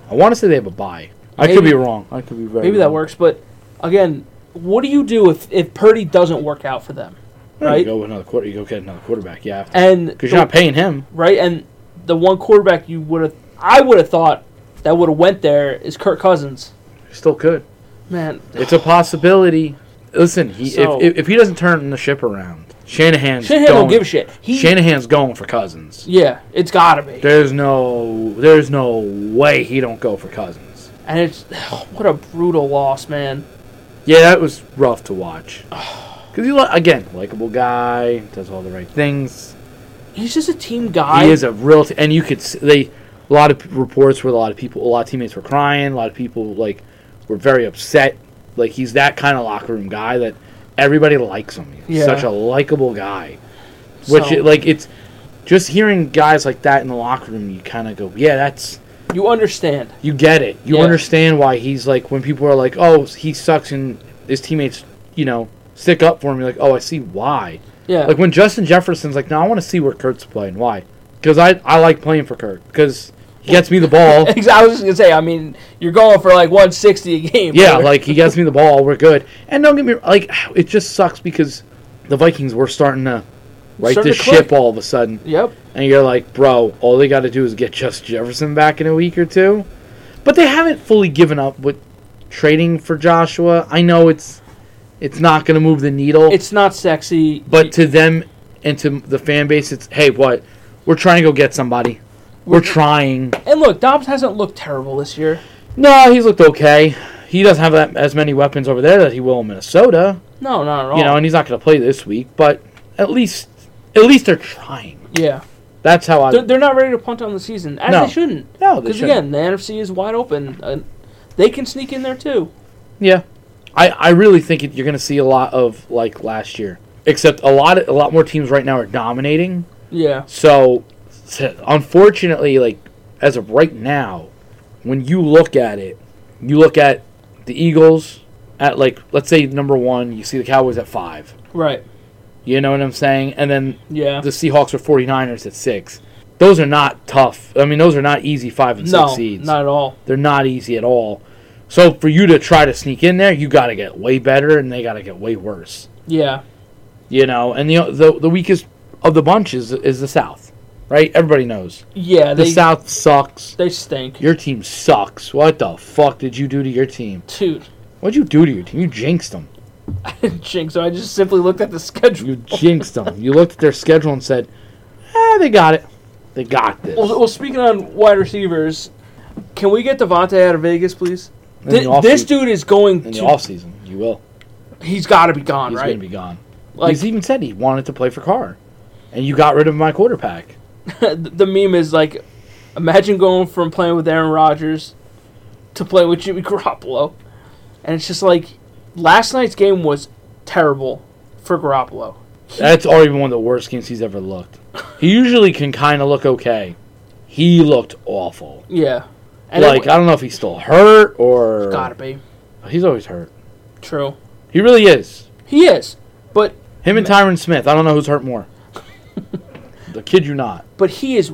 Speaker 1: I want to say they have a buy. I could
Speaker 2: Maybe.
Speaker 1: be wrong. I could be very.
Speaker 2: maybe that
Speaker 1: wrong.
Speaker 2: works. But again, what do you do if, if Purdy doesn't work out for them,
Speaker 1: Yeah, You
Speaker 2: right?
Speaker 1: go with another quarter. You go get another quarterback. Yeah,
Speaker 2: And
Speaker 1: because
Speaker 2: the-
Speaker 1: you're not paying him.
Speaker 2: right, and the one quarterback you would have, I would have thought that would have went there is Kirk Cousins.
Speaker 1: You still could.
Speaker 2: Man,
Speaker 1: It's a possibility. Listen, he,
Speaker 2: So-
Speaker 1: if, if if he doesn't turn the ship around, Shanahan's
Speaker 2: Shanahan
Speaker 1: going,
Speaker 2: don't give a shit. He,
Speaker 1: Shanahan's going for Cousins.
Speaker 2: yeah, it's gotta be,
Speaker 1: There's no there's no way he don't go for Cousins.
Speaker 2: and it's what a brutal loss, man.
Speaker 1: Yeah, that was rough to watch. Because he li- again likable guy, does all the right things.
Speaker 2: He's just a team
Speaker 1: He
Speaker 2: guy.
Speaker 1: is a real, t- and you could s they a lot of p- reports where a lot of people, a lot of teammates were crying, a lot of people like were very upset. Like he's that kind of locker room guy that everybody likes him. He's
Speaker 2: Yeah.
Speaker 1: such a likable guy. Which
Speaker 2: So-
Speaker 1: it, like it's just hearing guys like that in the locker room, you kind of go, yeah, that's
Speaker 2: You understand.
Speaker 1: you get it. You
Speaker 2: Yeah.
Speaker 1: understand why he's like when people are like, oh, he sucks and his teammates, you know, stick up for him. You're like, oh, I see why.
Speaker 2: Yeah.
Speaker 1: Like when Justin Jefferson's like, no, I want to see where Kurt's playing. Why? Because I I like playing for Kurt because he gets me the ball.
Speaker 2: Exa- I was just gonna say. I mean, you're going for like 160 a game.
Speaker 1: Yeah,
Speaker 2: brother.
Speaker 1: like he gets me the ball, we're good. And don't get me like it just sucks because the Vikings were starting to right
Speaker 2: Starting
Speaker 1: this
Speaker 2: to click.
Speaker 1: ship all of a sudden,
Speaker 2: Yep.
Speaker 1: and you're like, bro, all they got to do is get Justin Jefferson back in a week or two. But they haven't fully given up with trading for Joshua. I know it's it's not going to move the needle,
Speaker 2: It's not sexy.
Speaker 1: but to them and to the fan base, it's hey, what we're trying to go get somebody. We're trying.
Speaker 2: and look, Dobbs hasn't looked terrible this year.
Speaker 1: No, he's looked okay. He doesn't have that, as many weapons over there that he will in Minnesota.
Speaker 2: No, not at all.
Speaker 1: you know, and he's not going to play this week. But at least, at least they're trying.
Speaker 2: yeah.
Speaker 1: That's how I.
Speaker 2: They're, they're not ready to punt on the season, as
Speaker 1: No.
Speaker 2: they shouldn't.
Speaker 1: no, they
Speaker 2: Because
Speaker 1: shouldn't.
Speaker 2: again, the NFC is wide open. Uh, they can sneak in there too.
Speaker 1: yeah, I, I really think it, you're going to see a lot of like last year. Except a lot, a lot more teams right now are dominating.
Speaker 2: Yeah.
Speaker 1: So, so unfortunately, like as of right now, when you look at it, you look at the Eagles at like let's say number one. You see the Cowboys at five.
Speaker 2: Right.
Speaker 1: You know what I'm saying? And then
Speaker 2: Yeah.
Speaker 1: the Seahawks are 49ers at six. Those are not tough. I mean, those are not easy five and
Speaker 2: no,
Speaker 1: six seeds.
Speaker 2: not at all.
Speaker 1: They're not easy at all. So for you to try to sneak in there, you got to get way better, and they got to get way worse.
Speaker 2: Yeah.
Speaker 1: You know, and the the, the weakest of the bunch is is the South, right? Everybody knows
Speaker 2: Yeah.
Speaker 1: the
Speaker 2: They
Speaker 1: South sucks.
Speaker 2: they stink,
Speaker 1: Your team sucks. What the fuck did you do to your team?
Speaker 2: dude.
Speaker 1: What'd you do to your team? You jinxed them.
Speaker 2: Jinx. So I just simply looked at the schedule.
Speaker 1: You jinxed them. You looked at their schedule and said, "Ah, they got it. They got this."
Speaker 2: Well, well, speaking on wide receivers, can we get Devontae out of Vegas, please?
Speaker 1: In the
Speaker 2: Thi- this
Speaker 1: offseason-
Speaker 2: dude is going
Speaker 1: in the
Speaker 2: to.
Speaker 1: offseason, you will.
Speaker 2: he's got to be gone,
Speaker 1: He's
Speaker 2: right?
Speaker 1: going to be gone.
Speaker 2: like
Speaker 1: he's even said he wanted to play for Carr, and you got rid of my quarterback.
Speaker 2: the meme is like, imagine going from playing with Aaron Rodgers to play with Jimmy Garoppolo, and it's just like last night's game was terrible for Garoppolo.
Speaker 1: That's already been one of the worst games he's ever looked. He usually can kind of look okay. He looked awful.
Speaker 2: Yeah, and
Speaker 1: like I don't know if he's still hurt or
Speaker 2: gotta be
Speaker 1: he's always hurt.
Speaker 2: true.
Speaker 1: He really is.
Speaker 2: He is, but
Speaker 1: Him and Tyron Smith. I don't know who's hurt more. the kid you not.
Speaker 2: but he is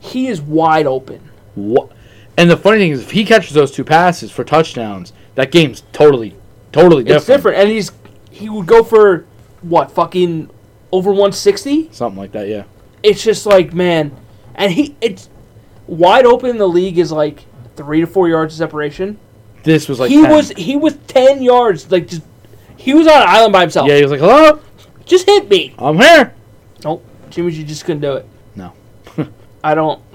Speaker 2: he is wide open.
Speaker 1: What? And the funny thing is, if he catches those two passes for touchdowns, that game's totally, totally different.
Speaker 2: It's different, and he's he would go for what fucking over one sixty.
Speaker 1: Something like that, yeah.
Speaker 2: It's just like man, and he it's wide open. in The league is like three to four yards of separation.
Speaker 1: This was like
Speaker 2: he
Speaker 1: 10.
Speaker 2: was he was ten yards like just he was on an island by himself.
Speaker 1: Yeah, he was like, "Hello,
Speaker 2: Just hit me.
Speaker 1: I'm here."
Speaker 2: Nope, Jimmy G just couldn't do it.
Speaker 1: No.
Speaker 2: I don't.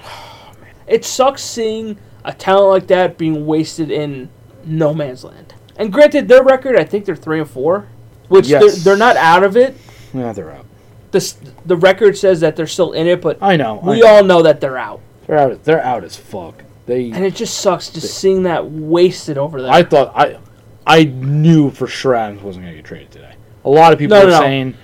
Speaker 2: It sucks seeing a talent like that being wasted in no man's land. And granted, their record I think they're three and four, which
Speaker 1: Yes.
Speaker 2: they're, they're not out of it.
Speaker 1: Yeah, they're out.
Speaker 2: The s- the record says that they're still in it, but
Speaker 1: I know. I
Speaker 2: we
Speaker 1: know.
Speaker 2: all know that they're out.
Speaker 1: they're out. They're out as fuck.
Speaker 2: And
Speaker 1: They.
Speaker 2: it just sucks just seeing that wasted over there.
Speaker 1: I thought I, I knew for sure Adams wasn't gonna get traded today. A lot of people
Speaker 2: No,
Speaker 1: were
Speaker 2: no, no.
Speaker 1: saying,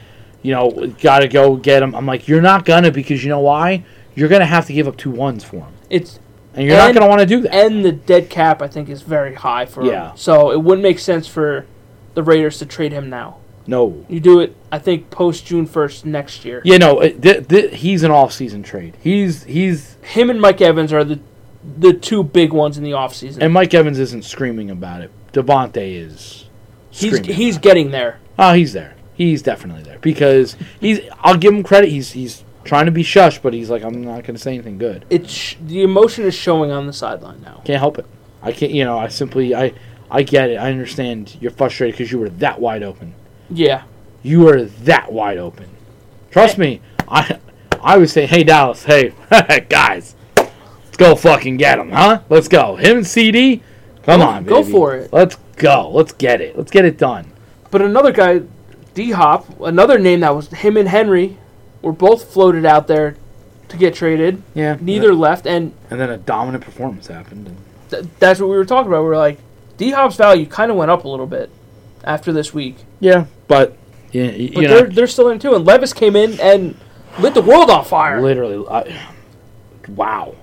Speaker 1: you know, gotta go get him. I'm like, you're not gonna because you know why? You're gonna have to give up two ones for him,
Speaker 2: it's
Speaker 1: and you're
Speaker 2: And-
Speaker 1: not gonna want to do that.
Speaker 2: and the dead cap I think is very high for
Speaker 1: Yeah.
Speaker 2: him. So it wouldn't make sense for the Raiders to trade him now.
Speaker 1: no.
Speaker 2: You do it I think post June first next year.
Speaker 1: Yeah, no. It, th- th- he's an off-season trade. He's he's
Speaker 2: Him and Mike Evans are the the two big ones in the offseason.
Speaker 1: and Mike Evans isn't screaming about it. Devontae is.
Speaker 2: he's
Speaker 1: Screaming
Speaker 2: he's getting there.
Speaker 1: Oh, he's there. He's definitely there because he's. I'll give him credit. He's he's trying to be shush, but he's like, I'm not going to say anything good.
Speaker 2: It's sh- the emotion is showing on the sideline now.
Speaker 1: Can't help it. I can't. You know, I simply. I I get it. I understand. You're frustrated because you were that wide open.
Speaker 2: Yeah.
Speaker 1: You were that wide open. Trust me. I I would say, hey Dallas, hey guys, let's go fucking get him, huh? Let's go. Him and CD. Come
Speaker 2: Go-
Speaker 1: on,
Speaker 2: go
Speaker 1: baby.
Speaker 2: for it.
Speaker 1: Let's go. Let's get it. Let's get it done.
Speaker 2: But another guy, D Hop, another name that was him and Henry were both floated out there to get traded.
Speaker 1: Yeah.
Speaker 2: Neither left and
Speaker 1: And then a dominant performance happened. And
Speaker 2: th- that's what we were talking about. We were like, D Hop's value kind of went up a little bit after this week.
Speaker 1: Yeah, but Yeah, y-
Speaker 2: But
Speaker 1: you
Speaker 2: they're
Speaker 1: know,
Speaker 2: they're still in too. And Levis came in and lit the world on fire.
Speaker 1: literally, I, wow.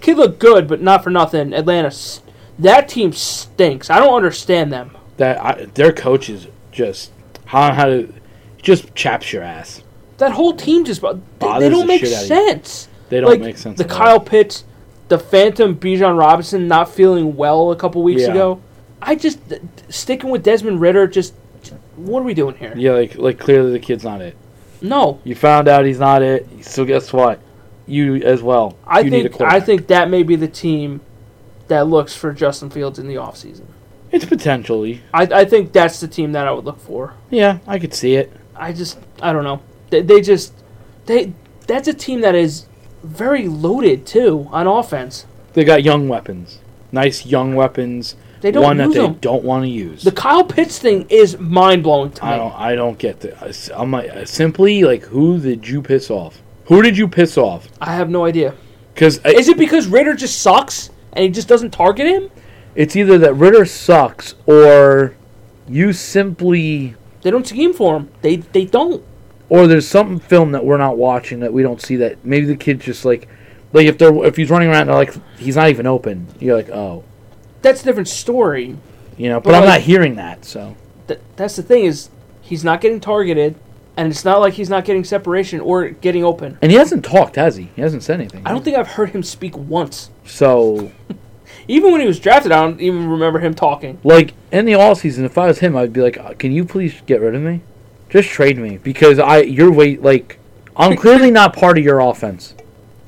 Speaker 2: Kid looked good, but not for nothing. Atlanta, s- that team stinks. I don't understand them.
Speaker 1: That I, their coach is just how how to just chaps your ass.
Speaker 2: That whole team just bo- they, they
Speaker 1: Bothers
Speaker 2: don't
Speaker 1: the
Speaker 2: make
Speaker 1: shit outta you.
Speaker 2: sense.
Speaker 1: They don't
Speaker 2: Like,
Speaker 1: make sense.
Speaker 2: The
Speaker 1: at all.
Speaker 2: Kyle Pitts, the Phantom Bijan Robinson not feeling well a couple weeks
Speaker 1: Yeah.
Speaker 2: ago. I just th- sticking with Desmond Ritter. Just what are we doing here?
Speaker 1: Yeah, like like clearly the kid's not it.
Speaker 2: No,
Speaker 1: You found out he's not it. So guess what? You as well.
Speaker 2: I
Speaker 1: you need a
Speaker 2: think I
Speaker 1: quarterback.
Speaker 2: think that may be the team that looks for Justin Fields in the offseason.
Speaker 1: it's potentially.
Speaker 2: I I think that's the team that I would look for.
Speaker 1: Yeah, I could see it.
Speaker 2: I just I don't know. They, they just they that's a team that is very loaded too on offense.
Speaker 1: They got young weapons, nice young weapons.
Speaker 2: They don't
Speaker 1: one
Speaker 2: use
Speaker 1: that they
Speaker 2: them.
Speaker 1: don't want to use.
Speaker 2: The Kyle Pitts thing is mind blowing to me.
Speaker 1: I don't. I don't get this. I'm like uh, simply like, who did you piss off? Who did you piss off?
Speaker 2: I have no idea.
Speaker 1: Because
Speaker 2: Is it because Ritter just sucks and he just doesn't target him?
Speaker 1: it's either that Ritter sucks or you simply
Speaker 2: They don't scheme for him. They they don't.
Speaker 1: or there's something film that we're not watching that we don't see that maybe the kid's just like like if they're if he's running around and they're like he's not even open you're like oh
Speaker 2: That's a different story.
Speaker 1: you know but,
Speaker 2: But
Speaker 1: I'm not
Speaker 2: like-
Speaker 1: hearing that so
Speaker 2: Th- that's the thing is he's not getting targeted, and it's not like he's not getting separation or getting open.
Speaker 1: and he hasn't talked has he he hasn't said anything
Speaker 2: I don't think I've heard him speak once.
Speaker 1: so
Speaker 2: Even when he was drafted, I don't even remember him talking.
Speaker 1: like in the all season if I was him I'd be like uh, can you please get rid of me just trade me because I you're wait like I'm clearly not part of your offense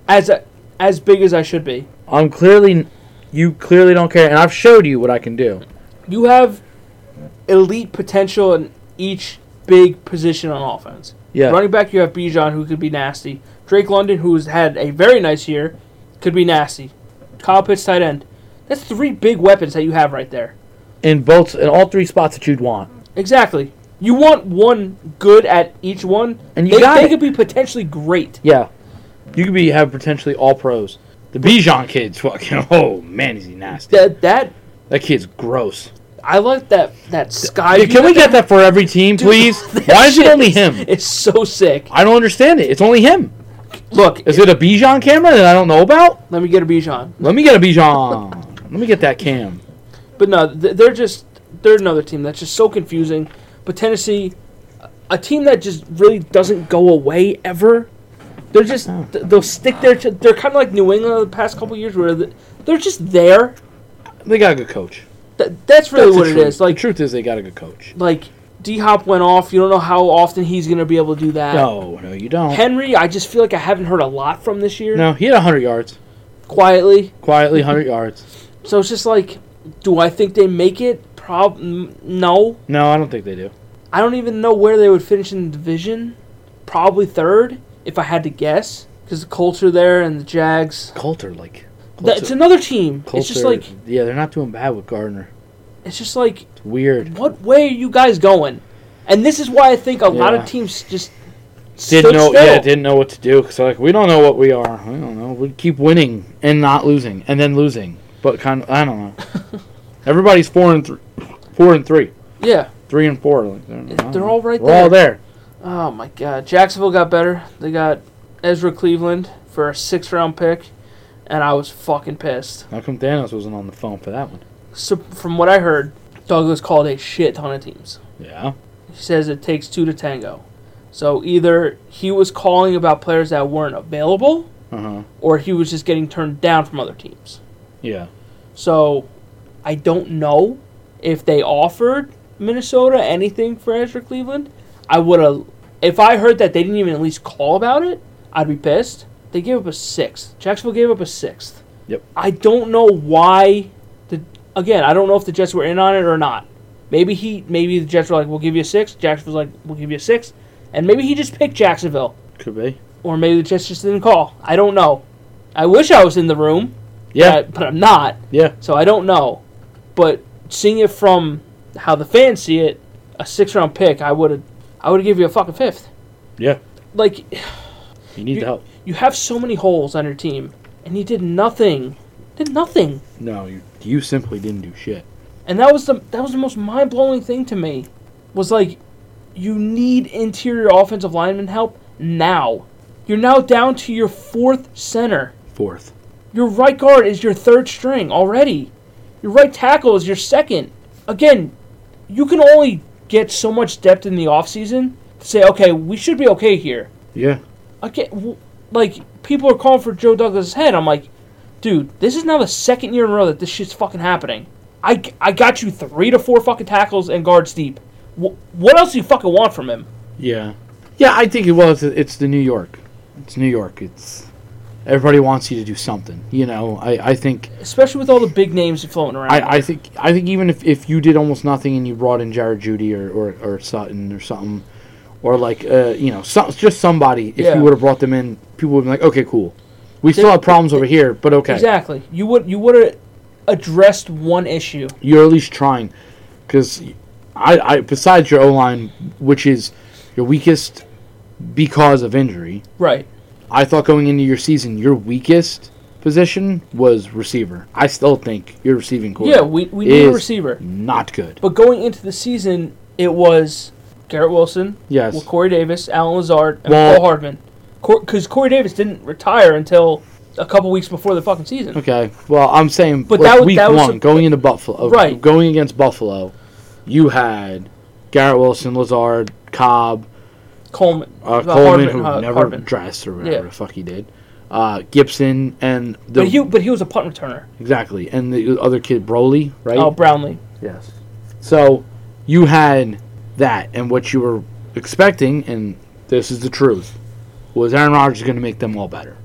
Speaker 2: As a, as big as I should be.
Speaker 1: I'm clearly you clearly don't care and I've showed you what I can do
Speaker 2: You have elite potential in each big position on offense.
Speaker 1: yeah
Speaker 2: Running back, you have Bijan, who could be nasty. Drake London, who's had a very nice year, could be nasty. Kyle Pitts, tight end. That's three big weapons that you have right there.
Speaker 1: in both in all three spots that you'd want
Speaker 2: Exactly. You want one good at each one.
Speaker 1: And you
Speaker 2: they,
Speaker 1: got
Speaker 2: they
Speaker 1: it.
Speaker 2: could be potentially great.
Speaker 1: Yeah, you could be have potentially all pros. The Bijan kid's fucking. Oh man, is he nasty?
Speaker 2: That that
Speaker 1: That kid's gross.
Speaker 2: I like that that sky.
Speaker 1: Dude,
Speaker 2: view
Speaker 1: can we
Speaker 2: that-
Speaker 1: get that for every team, please?
Speaker 2: That
Speaker 1: Why is it
Speaker 2: shit
Speaker 1: only him?
Speaker 2: It's so sick.
Speaker 1: I don't understand it. It's only him.
Speaker 2: Look,
Speaker 1: Is it a Bijan camera that I don't know about?
Speaker 2: let me get a Bijan.
Speaker 1: Let me get a Bijan. Let me get that cam.
Speaker 2: But no, th- they're just they're another team that's just so confusing. But Tennessee, a team that just really doesn't go away ever. They're just
Speaker 1: Oh.
Speaker 2: th- they'll stick there. To, they're kind of like New England the past couple years, where th- they're just there.
Speaker 1: They got a good coach.
Speaker 2: Th- that's really
Speaker 1: That's the
Speaker 2: what it
Speaker 1: truth.
Speaker 2: is. Like
Speaker 1: the truth is they got a good coach.
Speaker 2: like D Hop went off. You don't know how often he's gonna be able to do that.
Speaker 1: No, no, you don't.
Speaker 2: Henry, I just feel like I haven't heard a lot from this year.
Speaker 1: no, he had hundred yards
Speaker 2: Quietly,
Speaker 1: quietly, hundred yards.
Speaker 2: so it's just like, do I think they make it? Prob n- no.
Speaker 1: No, I don't think they do.
Speaker 2: I don't even know where they would finish in the division. Probably third, if I had to guess, because the Colts are there and the Jags.
Speaker 1: Coulter like.
Speaker 2: Th- it's another team. It's just like
Speaker 1: yeah, they're not doing bad with Gardner.
Speaker 2: it's just like
Speaker 1: It's weird.
Speaker 2: what way are you guys going? And this is why I think a lot
Speaker 1: Yeah.
Speaker 2: of teams just
Speaker 1: didn't
Speaker 2: stood
Speaker 1: know
Speaker 2: still.
Speaker 1: yeah didn't know what to do because like we don't know what we are i don't know we keep winning and not losing and then losing but kind of i don't know everybody's four and three four and three
Speaker 2: Yeah.
Speaker 1: three and four like, they're, I don't
Speaker 2: They're
Speaker 1: know.
Speaker 2: all right
Speaker 1: We're all there
Speaker 2: Oh my God! Jacksonville got better. They got Ezra Cleveland for a sixth round pick, and I was fucking pissed.
Speaker 1: how come thanos wasn't on the phone for that one
Speaker 2: So from what I heard, Douglas called a shit ton of teams.
Speaker 1: yeah
Speaker 2: He says it takes two to tango. So either he was calling about players that weren't available,
Speaker 1: uh-huh
Speaker 2: or he was just getting turned down from other teams.
Speaker 1: yeah
Speaker 2: So I don't know if they offered Minnesota anything for Ezra Cleveland. I would have, if I heard that they didn't even at least call about it, I'd be pissed. They gave up a sixth. Jacksonville gave up a sixth.
Speaker 1: Yep.
Speaker 2: I don't know why. The again, I don't know if the Jets were in on it or not. Maybe he, maybe the Jets were like, "We'll give you a six. Jacksonville's like, "We'll give you a six. and maybe he just picked Jacksonville,
Speaker 1: could be
Speaker 2: or maybe the Jets just didn't call. I don't know. I wish I was in the room,
Speaker 1: yeah
Speaker 2: but- but I'm not.
Speaker 1: yeah
Speaker 2: So I don't know, but seeing it from how the fans see it, a six round pick, I would have, I would give you a fucking fifth.
Speaker 1: yeah
Speaker 2: Like
Speaker 1: you need
Speaker 2: You-
Speaker 1: the help
Speaker 2: you have so many holes on your team, and you did nothing, did nothing,
Speaker 1: no you you simply didn't do shit
Speaker 2: and that was the that was the most mind blowing thing to me, was like, you need interior offensive lineman help now. You're now down to your fourth center.
Speaker 1: Fourth.
Speaker 2: Your right guard is your third string already. Your right tackle is your second. Again, you can only get so much depth in the offseason to say, okay, we should be okay here.
Speaker 1: Yeah.
Speaker 2: Again, w- like, people are calling for Joe Douglas' head. I'm like, dude, this is now the second year in a row that this shit's fucking happening. I, I got you three to four fucking tackles and guards deep. Wh- what else do you fucking want from him?
Speaker 1: Yeah. Yeah, I think it was. It's the New York. It's New York. It's everybody wants you to do something. You know, I, I think
Speaker 2: Especially with all the big names floating around.
Speaker 1: I, I think I think even if, if you did almost nothing and you brought in Jared Judy or, or, or Sutton or something, or like uh, you know some, just somebody, if
Speaker 2: Yeah.
Speaker 1: you would have brought them in, people would be like, okay, cool. We still have problems over here, but okay,
Speaker 2: Exactly. You would you would have addressed one issue.
Speaker 1: you're at least trying. Because I, I besides your O line, which is your weakest because of injury,
Speaker 2: Right.
Speaker 1: I thought going into your season, your weakest position was receiver. I still think your receiving core
Speaker 2: Yeah, we, we need a
Speaker 1: is
Speaker 2: receiver.
Speaker 1: not good.
Speaker 2: But going into the season, it was Garrett Wilson,
Speaker 1: Yes.
Speaker 2: well, Corey Davis, Alan Lazard, and
Speaker 1: Well-
Speaker 2: Paul Hardman. Because Corey Davis didn't retire until a couple weeks before the fucking season.
Speaker 1: Okay. Well, I'm saying
Speaker 2: But
Speaker 1: like,
Speaker 2: that was-
Speaker 1: week
Speaker 2: that was
Speaker 1: one,
Speaker 2: a-
Speaker 1: going into Buffalo,
Speaker 2: Right.
Speaker 1: Going against Buffalo, you had Garrett Wilson, Lazard, Cobb,
Speaker 2: Coleman,
Speaker 1: uh,
Speaker 2: the
Speaker 1: Coleman,
Speaker 2: Hardman,
Speaker 1: who
Speaker 2: uh,
Speaker 1: never
Speaker 2: Hardman.
Speaker 1: dressed or whatever
Speaker 2: Yeah.
Speaker 1: the fuck he did, uh, Gibson, and the
Speaker 2: But he but he was a punt returner.
Speaker 1: exactly, and the other kid Broly, right?
Speaker 2: Oh, Brownlee.
Speaker 1: Yes. So you had that, and what you were expecting, and this is the truth, was Aaron Rodgers going to make them all better.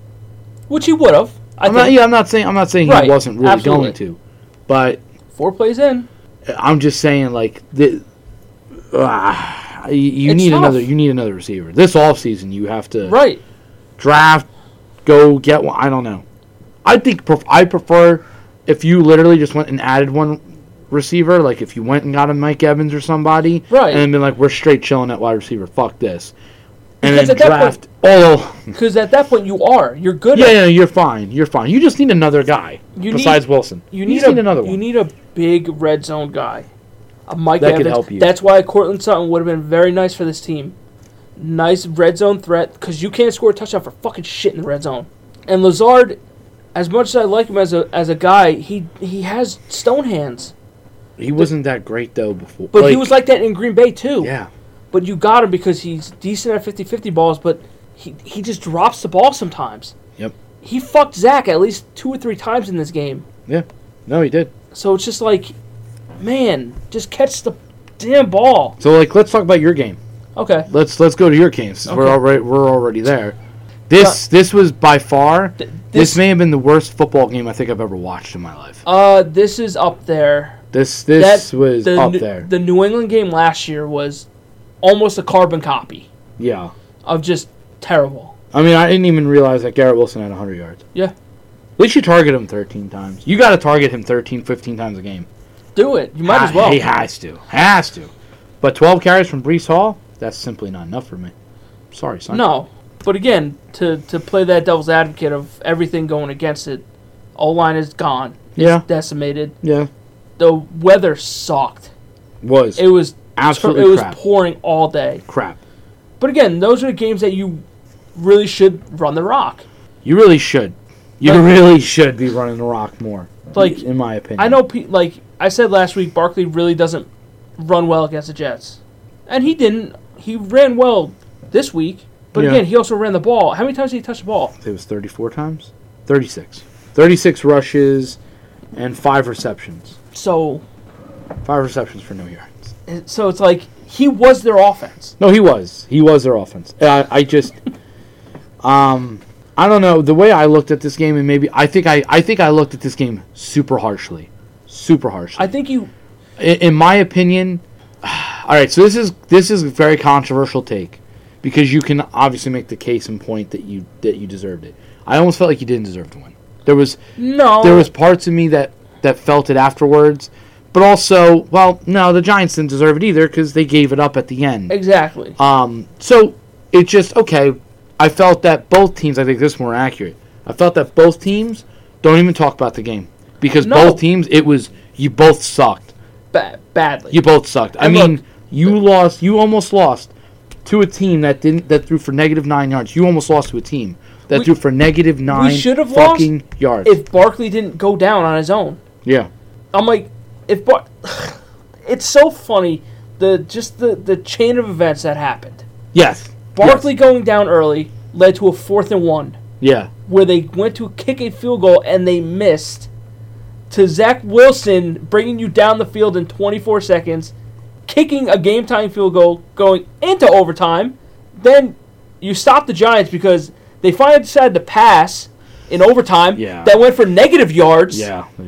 Speaker 2: Which he would have. I
Speaker 1: I'm
Speaker 2: think
Speaker 1: not, yeah, I'm not saying I'm not saying
Speaker 2: Right,
Speaker 1: he wasn't really
Speaker 2: absolutely.
Speaker 1: going to, but
Speaker 2: four plays in.
Speaker 1: I'm just saying like the, ah, you, you
Speaker 2: It's
Speaker 1: need
Speaker 2: tough.
Speaker 1: another you need another receiver this offseason. You have to
Speaker 2: Right.
Speaker 1: draft, go get one. I don't know. I think pref- I prefer if you literally just went and added one receiver, like if you went and got a Mike Evans or somebody,
Speaker 2: Right.
Speaker 1: and then been like, we're straight chilling at wide receiver. Fuck this, and
Speaker 2: Because
Speaker 1: then
Speaker 2: at that point-
Speaker 1: draft. Oh,
Speaker 2: Because at that point you are. You're good
Speaker 1: yeah,
Speaker 2: at
Speaker 1: yeah, you're fine. You're fine. You just need another guy
Speaker 2: You
Speaker 1: besides
Speaker 2: need-
Speaker 1: Wilson.
Speaker 2: You need,
Speaker 1: just
Speaker 2: a,
Speaker 1: need another
Speaker 2: You
Speaker 1: one.
Speaker 2: need a big red zone guy. A Mike
Speaker 1: That could
Speaker 2: Evans.
Speaker 1: help you.
Speaker 2: That's why Cortland Sutton would have been very nice for this team. Nice red zone threat because you can't score a touchdown for fucking shit in the red zone. And Lazard, as much as I like him as a as a guy, he he has stone hands.
Speaker 1: he wasn't that great though before,
Speaker 2: But he was like that in Green Bay too.
Speaker 1: yeah.
Speaker 2: But you got him because he's decent at 50-50 balls, but he he just drops the ball sometimes.
Speaker 1: Yep.
Speaker 2: He fucked Zach at least two or three times in this game.
Speaker 1: Yeah. No, he did.
Speaker 2: So it's just like, man, just catch the damn ball.
Speaker 1: So like, let's talk about your game.
Speaker 2: Okay.
Speaker 1: Let's let's go to your game since we're
Speaker 2: Okay.
Speaker 1: already we're already there. This this was by far
Speaker 2: Th-
Speaker 1: this,
Speaker 2: this-
Speaker 1: may have been the worst football game I think I've ever watched in my life.
Speaker 2: Uh, this is up there.
Speaker 1: This this
Speaker 2: That-
Speaker 1: was
Speaker 2: the
Speaker 1: up
Speaker 2: New-
Speaker 1: there.
Speaker 2: The New England game last year was almost a carbon copy
Speaker 1: yeah.
Speaker 2: of just terrible.
Speaker 1: I mean, I didn't even realize that Garrett Wilson had 100 yards.
Speaker 2: Yeah.
Speaker 1: At least you target him 13 times. You got to target him 13, 15 times a game.
Speaker 2: Do it. You might as
Speaker 1: Ha-
Speaker 2: well.
Speaker 1: He has to. Has to. But 12 carries from Brees Hall, that's simply not enough for me. Sorry, son.
Speaker 2: No. But again, to, to play that devil's advocate of everything going against it, O line is gone,
Speaker 1: Yeah.
Speaker 2: decimated.
Speaker 1: Yeah.
Speaker 2: The weather sucked.
Speaker 1: Was
Speaker 2: It was
Speaker 1: Absolutely
Speaker 2: it was
Speaker 1: crap.
Speaker 2: pouring all day.
Speaker 1: crap.
Speaker 2: But again, those are the games that you really should run the rock.
Speaker 1: You really should. You
Speaker 2: But-
Speaker 1: really should be running the rock more.
Speaker 2: Like,
Speaker 1: in my opinion.
Speaker 2: I know, pe- like I said last week, Barkley really doesn't run well against the Jets, and he didn't. He ran well this week, but
Speaker 1: Yeah.
Speaker 2: again, he also ran the ball. How many times did he touch the ball?
Speaker 1: it was 34 times 36 36 rushes and five receptions
Speaker 2: So,
Speaker 1: five receptions for no yards
Speaker 2: it- so it's like he was their offense.
Speaker 1: no he was he was their offense i, I just um i don't know the way i looked at this game and maybe i think i i think i looked at this game super harshly super harshly
Speaker 2: I think you.
Speaker 1: in, in my opinion, all right. So this is this is a very controversial take because you can obviously make the case and point that you that you deserved it. I almost felt like you didn't deserve to win. There was
Speaker 2: No.
Speaker 1: there was parts of me that that felt it afterwards, but also, well, no, the Giants didn't deserve it either because they gave it up at the end.
Speaker 2: exactly.
Speaker 1: Um, so it just okay. I felt that both teams. I think this is more accurate. I felt that both teams don't even talk about the game because
Speaker 2: No.
Speaker 1: both teams. It was you both sucked.
Speaker 2: Ba- badly.
Speaker 1: You both sucked. I
Speaker 2: And look,
Speaker 1: mean, You lost. You almost lost to a team that didn't that threw for negative nine yards. You almost lost to a team that
Speaker 2: We-
Speaker 1: threw for negative nine
Speaker 2: should have
Speaker 1: fucking yards.
Speaker 2: If Barkley didn't go down on his own,
Speaker 1: yeah,
Speaker 2: I'm like, if Bar- it's so funny the just the the chain of events that happened.
Speaker 1: yes,
Speaker 2: Barkley going down early led to a fourth and one
Speaker 1: Yes.
Speaker 2: where they went to kick a field goal and they missed. To Zach Wilson bringing you down the field in 24 seconds, kicking a game time field goal, going into overtime. Then you stop the Giants because they finally decided to pass in overtime.
Speaker 1: Yeah.
Speaker 2: That went for negative yards.
Speaker 1: yeah, yeah.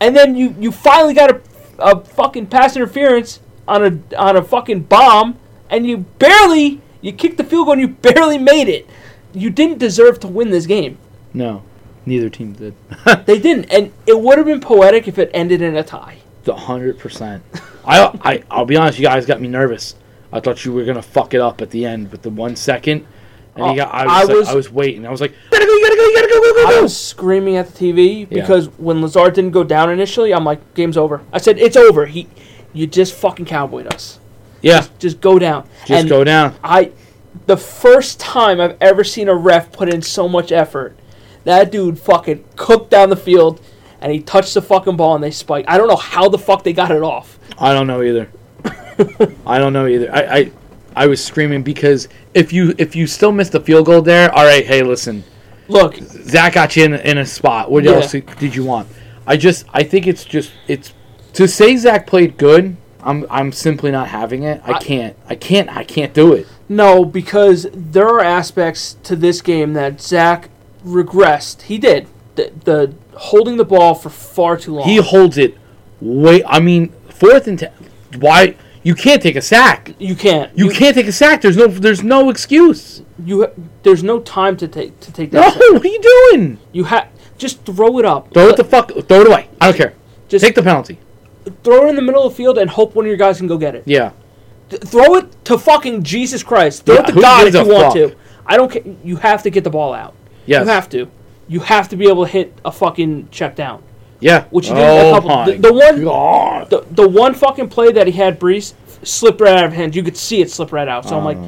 Speaker 2: And then you, you finally got a, a fucking pass interference on a on a fucking bomb, and you barely you kicked the field goal and you barely made it. You didn't deserve to win this game.
Speaker 1: No, neither team did.
Speaker 2: They didn't, and it would have been poetic if it ended in a tie.
Speaker 1: The hundred percent. I I I'll be honest. You guys got me nervous. I thought you were gonna fuck it up at the end with the one second. And
Speaker 2: Oh,
Speaker 1: you got, I, was
Speaker 2: I
Speaker 1: like-
Speaker 2: was-
Speaker 1: I was waiting. I was like, gotta go, you gotta go, you gotta go, go, go,
Speaker 2: I
Speaker 1: go.
Speaker 2: was screaming at the TV
Speaker 1: Yeah.
Speaker 2: because when Lazard didn't go down initially, I'm like, "Game's over." I said, "It's over." He, you just fucking cowboyed us.
Speaker 1: yeah,
Speaker 2: Just go down.
Speaker 1: just
Speaker 2: And
Speaker 1: go down.
Speaker 2: I the first time I've ever seen a ref put in so much effort. That dude fucking cooked down the field and he touched the fucking ball and they spiked. I don't know how the fuck they got it off.
Speaker 1: I don't know either. I don't know either. I, I I was screaming because if you if you still miss the field goal there, all right. Hey, listen,
Speaker 2: Look,
Speaker 1: Zach got you in, in a spot. What
Speaker 2: Yeah.
Speaker 1: else did you want? I just I think it's just it's to say Zach played good. I'm I'm simply not having it. I,
Speaker 2: I-
Speaker 1: can't. I can't. I can't do it.
Speaker 2: no, because there are aspects to this game that Zach regressed. He did. The, the holding the ball for far too long.
Speaker 1: He holds it. Wait. I mean, fourth and ten. Why you can't take a sack?
Speaker 2: you can't.
Speaker 1: You can't take a sack. There's no. There's no excuse.
Speaker 2: You ha- there's no time to take to take
Speaker 1: No.
Speaker 2: that. shot.
Speaker 1: What are you doing?
Speaker 2: You have just throw it up.
Speaker 1: Throw it the fuck. Throw it away. I don't care.
Speaker 2: Just-
Speaker 1: take the penalty.
Speaker 2: throw it in the middle of the field and hope one of your guys can go get it.
Speaker 1: Yeah.
Speaker 2: Throw it to fucking Jesus Christ. Throw
Speaker 1: Yeah,
Speaker 2: it to
Speaker 1: who
Speaker 2: God if
Speaker 1: gives
Speaker 2: you
Speaker 1: a
Speaker 2: want
Speaker 1: fuck?
Speaker 2: to. I don't care. You have to get the ball out.
Speaker 1: Yes.
Speaker 2: You have to. You have to be able to hit a fucking check down.
Speaker 1: Yeah. Oh,
Speaker 2: Which he did a couple-
Speaker 1: my
Speaker 2: the- the one-
Speaker 1: God.
Speaker 2: The, the one fucking play that he had Brees slipped right out of hand. You could see it slip right out. So I'm like,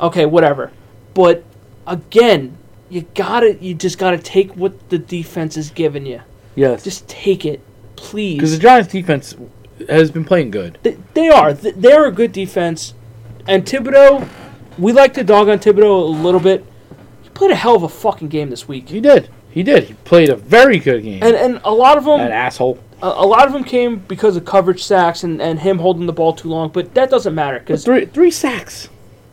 Speaker 1: Oh.
Speaker 2: okay, whatever. But again, you gotta you just gotta take what the defense is giving you.
Speaker 1: yes.
Speaker 2: Just take it.
Speaker 1: Because the
Speaker 2: Please.
Speaker 1: Giants defense has been playing good.
Speaker 2: They, they are. Th- They're a good defense. And Thibodeau, we like to dog on Thibodeau a little bit. He played a hell of a fucking game this week.
Speaker 1: He did. He did. He played a very good game.
Speaker 2: And and a lot of them
Speaker 1: that asshole.
Speaker 2: a, a lot of them came because of coverage sacks and, and him holding the ball too long, but that doesn't matter cuz
Speaker 1: Three three sacks.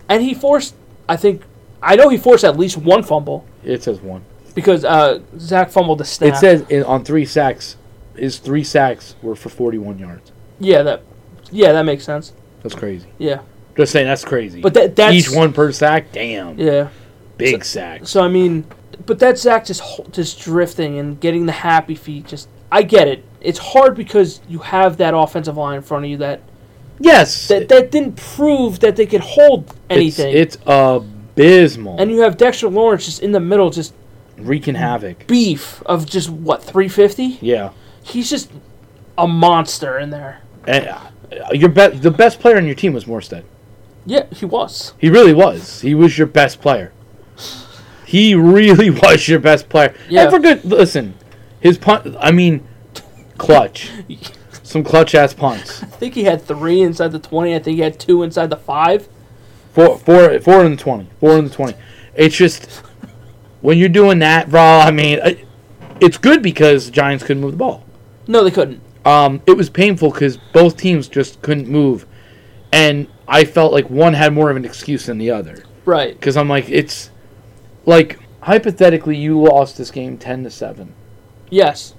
Speaker 2: and he forced I think I know he forced at least one fumble
Speaker 1: It says one.
Speaker 2: because uh, Zach fumbled the snap.
Speaker 1: It says in, on three sacks. His three sacks were for 41 yards.
Speaker 2: yeah, that yeah, that makes sense.
Speaker 1: That's crazy.
Speaker 2: Yeah.
Speaker 1: Just saying, that's crazy.
Speaker 2: But that that's
Speaker 1: each one per sack. Damn,
Speaker 2: yeah.
Speaker 1: big sacks.
Speaker 2: So I mean, but that Zach just ho- just drifting and getting the happy feet. Just I get it. It's hard because you have that offensive line in front of you that
Speaker 1: Yes,
Speaker 2: that, that didn't prove that they could hold
Speaker 1: it's,
Speaker 2: anything.
Speaker 1: it's abysmal
Speaker 2: and you have Dexter Lawrence just in the middle, just
Speaker 1: wreaking havoc.
Speaker 2: beef of just what three fifty.
Speaker 1: Yeah,
Speaker 2: He's just a monster in there.
Speaker 1: and uh, your be- the best player on your team was Morstead.
Speaker 2: Yeah, he was.
Speaker 1: He really was. He was your best player. He really was your best player.
Speaker 2: Yeah.
Speaker 1: And for good, listen, his punt. I mean, clutch. Some clutch ass punts.
Speaker 2: I think he had three inside the twenty. I think he had two inside the five.
Speaker 1: Four, four, four in the twenty. Four in the twenty. It's just when you're doing that, bro. I mean, I- it's good because the Giants couldn't move the ball.
Speaker 2: No, they couldn't.
Speaker 1: Um, it was painful because both teams just couldn't move, and I felt like one had more of an excuse than the other.
Speaker 2: Right.
Speaker 1: because I'm like it's like hypothetically you lost this game 10 to 7
Speaker 2: Yes.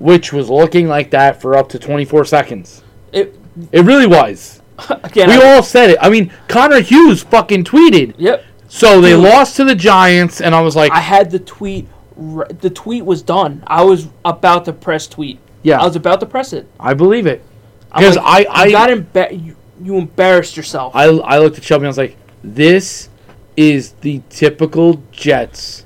Speaker 1: which was looking like that for up to 24 seconds
Speaker 2: It
Speaker 1: it really was
Speaker 2: again.
Speaker 1: we
Speaker 2: I-
Speaker 1: all said it i mean connor hughes fucking tweeted
Speaker 2: yep.
Speaker 1: so they
Speaker 2: Dude.
Speaker 1: lost to the giants and i was like
Speaker 2: I had the tweet. r- The tweet was done. I was about to press tweet.
Speaker 1: yeah
Speaker 2: I was about to press it.
Speaker 1: I believe it
Speaker 2: I'm
Speaker 1: because
Speaker 2: like,
Speaker 1: i i
Speaker 2: you got emba- you, you embarrassed yourself.
Speaker 1: I, I looked at Shelby and I was like, this is the typical Jets.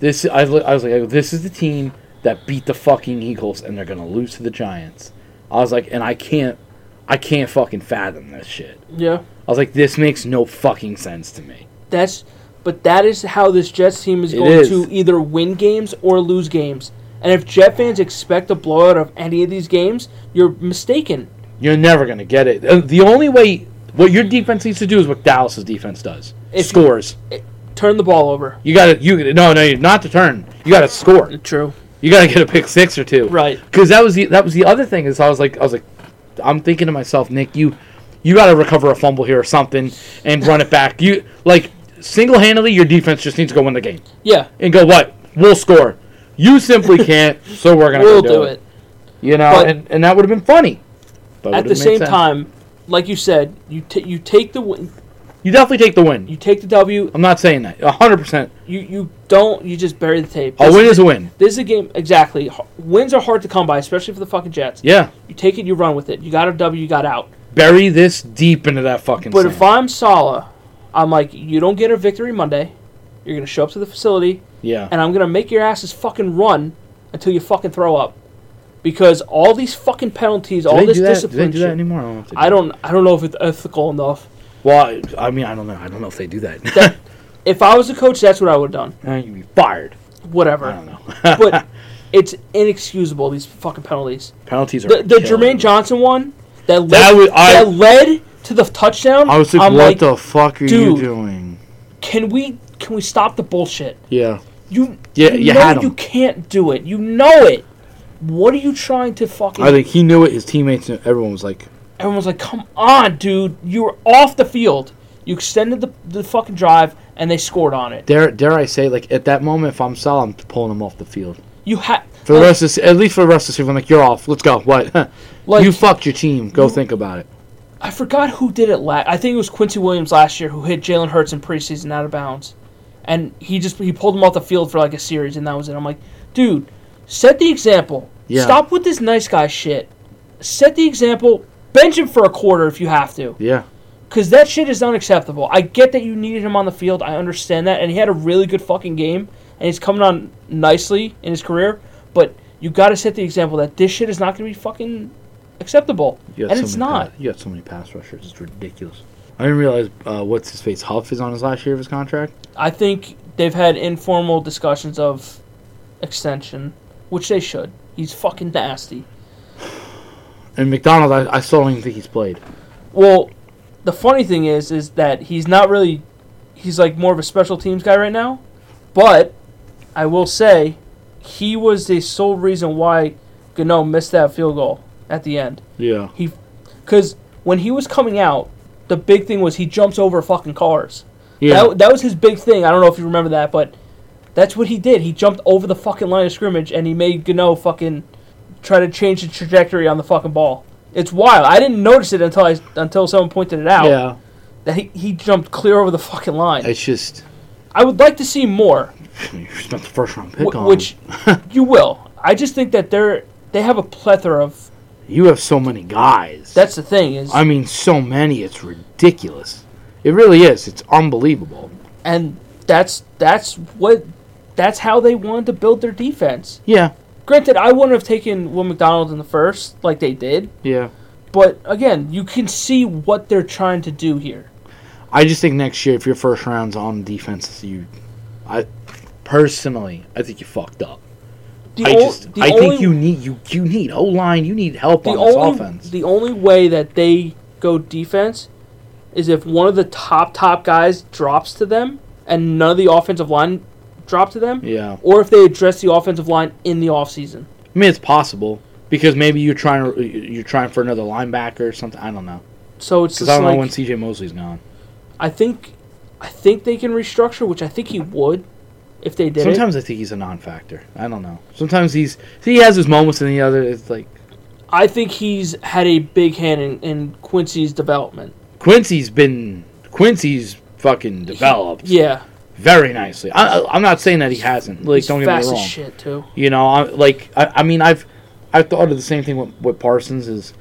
Speaker 1: This I, was- I was like, this is the team that beat the fucking Eagles and they're gonna lose to the Giants. I was like, and I can't I can't fucking fathom this shit.
Speaker 2: Yeah.
Speaker 1: I was like, this makes no fucking sense to me.
Speaker 2: That's but that is how this Jets team is
Speaker 1: It
Speaker 2: going
Speaker 1: is.
Speaker 2: to either win games or lose games. And if Jet fans expect a blowout of any of these games, you're mistaken.
Speaker 1: You're never gonna get it. Uh, The only way what your defense needs to do is what Dallas's defense does.
Speaker 2: If you-
Speaker 1: Scores.
Speaker 2: Turn the ball over.
Speaker 1: You, gotta you no no not to turn. You gotta score.
Speaker 2: True.
Speaker 1: You gotta get a pick six or two.
Speaker 2: Right.
Speaker 1: Because that was the that was the other thing is I was like I was like I'm thinking to myself, Nick, you you got to recover a fumble here or something and run it back. You like single handedly your defense just needs to go win the game
Speaker 2: Yeah.
Speaker 1: and go what we'll score. You simply can't, so we're gonna
Speaker 2: We'll
Speaker 1: go
Speaker 2: do it.
Speaker 1: You know,
Speaker 2: But-
Speaker 1: and, and that would have been funny. But
Speaker 2: At
Speaker 1: would've
Speaker 2: the
Speaker 1: made
Speaker 2: same
Speaker 1: sense.
Speaker 2: time, like you said, you t- you take the win,
Speaker 1: you definitely take the win.
Speaker 2: you take the W.
Speaker 1: I'm not saying that 100. percent
Speaker 2: You you don't you just bury the tape.
Speaker 1: A
Speaker 2: This-
Speaker 1: win is a win.
Speaker 2: This is a game exactly. H- Wins are hard to come by, especially for the fucking Jets.
Speaker 1: Yeah,
Speaker 2: You take it, you run with it. You got a W, you got out.
Speaker 1: bury this deep into that fucking.
Speaker 2: But
Speaker 1: sand.
Speaker 2: if I'm Sala, I'm like, you don't get a victory Monday. You're gonna show up to the facility,
Speaker 1: yeah,
Speaker 2: and I'm gonna make your asses fucking run until you fucking throw up, because all these fucking penalties,
Speaker 1: do
Speaker 2: all
Speaker 1: they
Speaker 2: this
Speaker 1: do that? Do they
Speaker 2: discipline
Speaker 1: do that
Speaker 2: shit.
Speaker 1: anymore? I don't. know if they do
Speaker 2: I don't. I don't know if it's ethical enough.
Speaker 1: Well, I I mean, I don't know. I don't know if they do that.
Speaker 2: That- If I was a coach, that's what I would have done.
Speaker 1: Uh, You'd be fired. I
Speaker 2: Whatever.
Speaker 1: don't know.
Speaker 2: But it's inexcusable these fucking penalties.
Speaker 1: Penalties are
Speaker 2: The, the
Speaker 1: killer.
Speaker 2: Jermaine Johnson one that led,
Speaker 1: That
Speaker 2: that,
Speaker 1: was- I-
Speaker 2: led to the touchdown.
Speaker 1: I was like,
Speaker 2: I'm
Speaker 1: what
Speaker 2: like,
Speaker 1: the fuck are
Speaker 2: dude.
Speaker 1: you doing?
Speaker 2: can we can we stop the bullshit?
Speaker 1: Yeah.
Speaker 2: You
Speaker 1: Yeah,
Speaker 2: you
Speaker 1: you
Speaker 2: know
Speaker 1: had him.
Speaker 2: you can't do it. You know it. What are you trying to fucking?
Speaker 1: I think he knew it. His teammates, knew, everyone was like,
Speaker 2: Everyone's like, come on, dude. You were off the field. You extended the the fucking drive, and they scored on it.
Speaker 1: dare dare I say, like at that moment, if I'm Sal, I'm pulling him off the field
Speaker 2: You had
Speaker 1: for the rest of the, se- at least for the rest of the season. I'm like, you're off. Let's go. What?
Speaker 2: Like-
Speaker 1: you fucked your team. Go think about it.
Speaker 2: I forgot who did it last. I think it was Quincy Williams last year who hit Jalen Hurts in preseason out of bounds, and he just he pulled him off the field for like a series, and that was it. I'm like, dude, set the example.
Speaker 1: Yeah.
Speaker 2: Stop with this nice guy shit. Set the example. Bench him for a quarter if you have to,
Speaker 1: Yeah.
Speaker 2: because that shit is unacceptable. I get that you needed him on the field. I understand that, and he had a really good fucking game, and he's coming on nicely in his career. But you got to set the example that this shit is not going to be fucking acceptable,
Speaker 1: You
Speaker 2: and
Speaker 1: got so
Speaker 2: it's
Speaker 1: many
Speaker 2: not.
Speaker 1: pa- you got so many pass rushers. It's ridiculous. I didn't realize uh, what's his face Huff is on his last year of his contract.
Speaker 2: I think they've had informal discussions of extension, which they should. He's fucking nasty.
Speaker 1: And McDonald, I, I still don't even think he's played.
Speaker 2: Well, the funny thing is, is that he's not really. He's like more of a special teams guy right now, but I will say he was the sole reason why Gano missed that field goal at the end.
Speaker 1: Yeah.
Speaker 2: He, because when he was coming out, the big thing was he jumps over fucking cars.
Speaker 1: Yeah.
Speaker 2: That, that was his big thing. I don't know if you remember that, but that's what he did. He jumped over the fucking line of scrimmage and he made Gano fucking try to change the trajectory on the fucking ball. It's wild. I didn't notice it until I until someone pointed it out.
Speaker 1: yeah.
Speaker 2: That he, he jumped clear over the fucking line. I,
Speaker 1: It's just
Speaker 2: would like to see more,
Speaker 1: you spent the first round pick
Speaker 2: wh-
Speaker 1: on.
Speaker 2: which you will. I just think that they're they have a plethora of.
Speaker 1: You have so many guys.
Speaker 2: That's the thing is,
Speaker 1: I mean, so many. It's ridiculous. It really is. It's unbelievable.
Speaker 2: and that's that's what that's how they wanted to build their defense.
Speaker 1: Yeah.
Speaker 2: Granted, I wouldn't have taken Will McDonald in the first like they did.
Speaker 1: Yeah.
Speaker 2: But again, you can see what they're trying to do here.
Speaker 1: I just think next year, if your first round's on defense, you, I, personally, I think you fucked up.
Speaker 2: The
Speaker 1: I
Speaker 2: ol-
Speaker 1: just, I think you need you you need O line. You need help
Speaker 2: the
Speaker 1: on this
Speaker 2: only
Speaker 1: offense.
Speaker 2: the only way that they go defense is if one of the top top guys drops to them and none of the offensive line drop to them,
Speaker 1: yeah.
Speaker 2: or if they address the offensive line in the offseason.
Speaker 1: I mean, it's possible because maybe you're trying to you're trying for another linebacker or something. I don't know
Speaker 2: So it's
Speaker 1: because
Speaker 2: just
Speaker 1: I don't
Speaker 2: like
Speaker 1: know when CJ Mosley's gone.
Speaker 2: I think I think they can restructure, which I think he would if they did it.
Speaker 1: Sometimes I think he's a non-factor. I don't know. Sometimes he's he has his moments, and the other it's like
Speaker 2: I think he's had a big hand in, in Quincy's development.
Speaker 1: Quincy's been Quincy's fucking developed
Speaker 2: Yeah,
Speaker 1: very nicely. I, I- I'm not saying that he hasn't. Like,
Speaker 2: he's
Speaker 1: don't get
Speaker 2: fast
Speaker 1: me wrong.
Speaker 2: as shit too.
Speaker 1: You know, I, like I, I mean, I've I thought of the same thing with, with Parsons is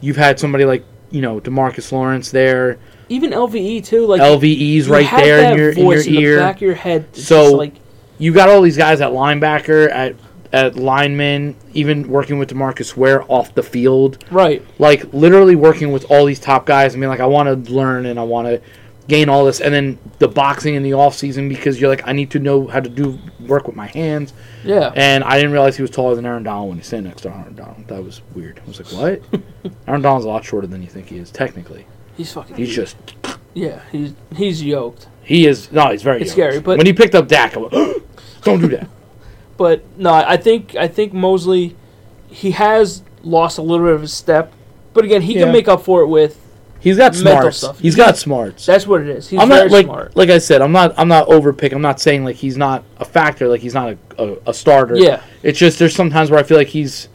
Speaker 1: you've had somebody like you know Demarcus Lawrence there,
Speaker 2: even LVE too. Like
Speaker 1: LVE's
Speaker 2: you
Speaker 1: right
Speaker 2: have
Speaker 1: there
Speaker 2: that
Speaker 1: in your in your
Speaker 2: voice
Speaker 1: ear.
Speaker 2: the back of your head. It's
Speaker 1: So-
Speaker 2: just like
Speaker 1: you got all these guys at linebacker at at linemen, even working with Demarcus Ware off the field,
Speaker 2: Right.
Speaker 1: like literally working with all these top guys. I mean, like I want to learn and I want to gain all this, and then the boxing in the off season because you're like I need to know how to do work with my hands.
Speaker 2: Yeah.
Speaker 1: And I didn't realize he was taller than Aaron Donald when he sat next to Aaron Donald. That was weird. I was like, what? Aaron Donald's a lot shorter than you think he is. Technically,
Speaker 2: he's fucking.
Speaker 1: he's just
Speaker 2: Yeah. He's he's yoked.
Speaker 1: he is no, he's very.
Speaker 2: It's
Speaker 1: young.
Speaker 2: scary, but-
Speaker 1: when he picked up Dak, I went, don't do that.
Speaker 2: But no, I think I think Mosley, he has lost a little bit of his step, but again, he
Speaker 1: Yeah.
Speaker 2: can make up for it with.
Speaker 1: He's got
Speaker 2: Mental
Speaker 1: smarts.
Speaker 2: stuff.
Speaker 1: He's got smarts.
Speaker 2: That's what it is. He's
Speaker 1: I'm
Speaker 2: very
Speaker 1: not like
Speaker 2: smart.
Speaker 1: like I said. I'm not I'm not overpick. I'm not saying like he's not a factor. Like he's not a, a, a starter.
Speaker 2: Yeah.
Speaker 1: It's just there's sometimes where I feel like he's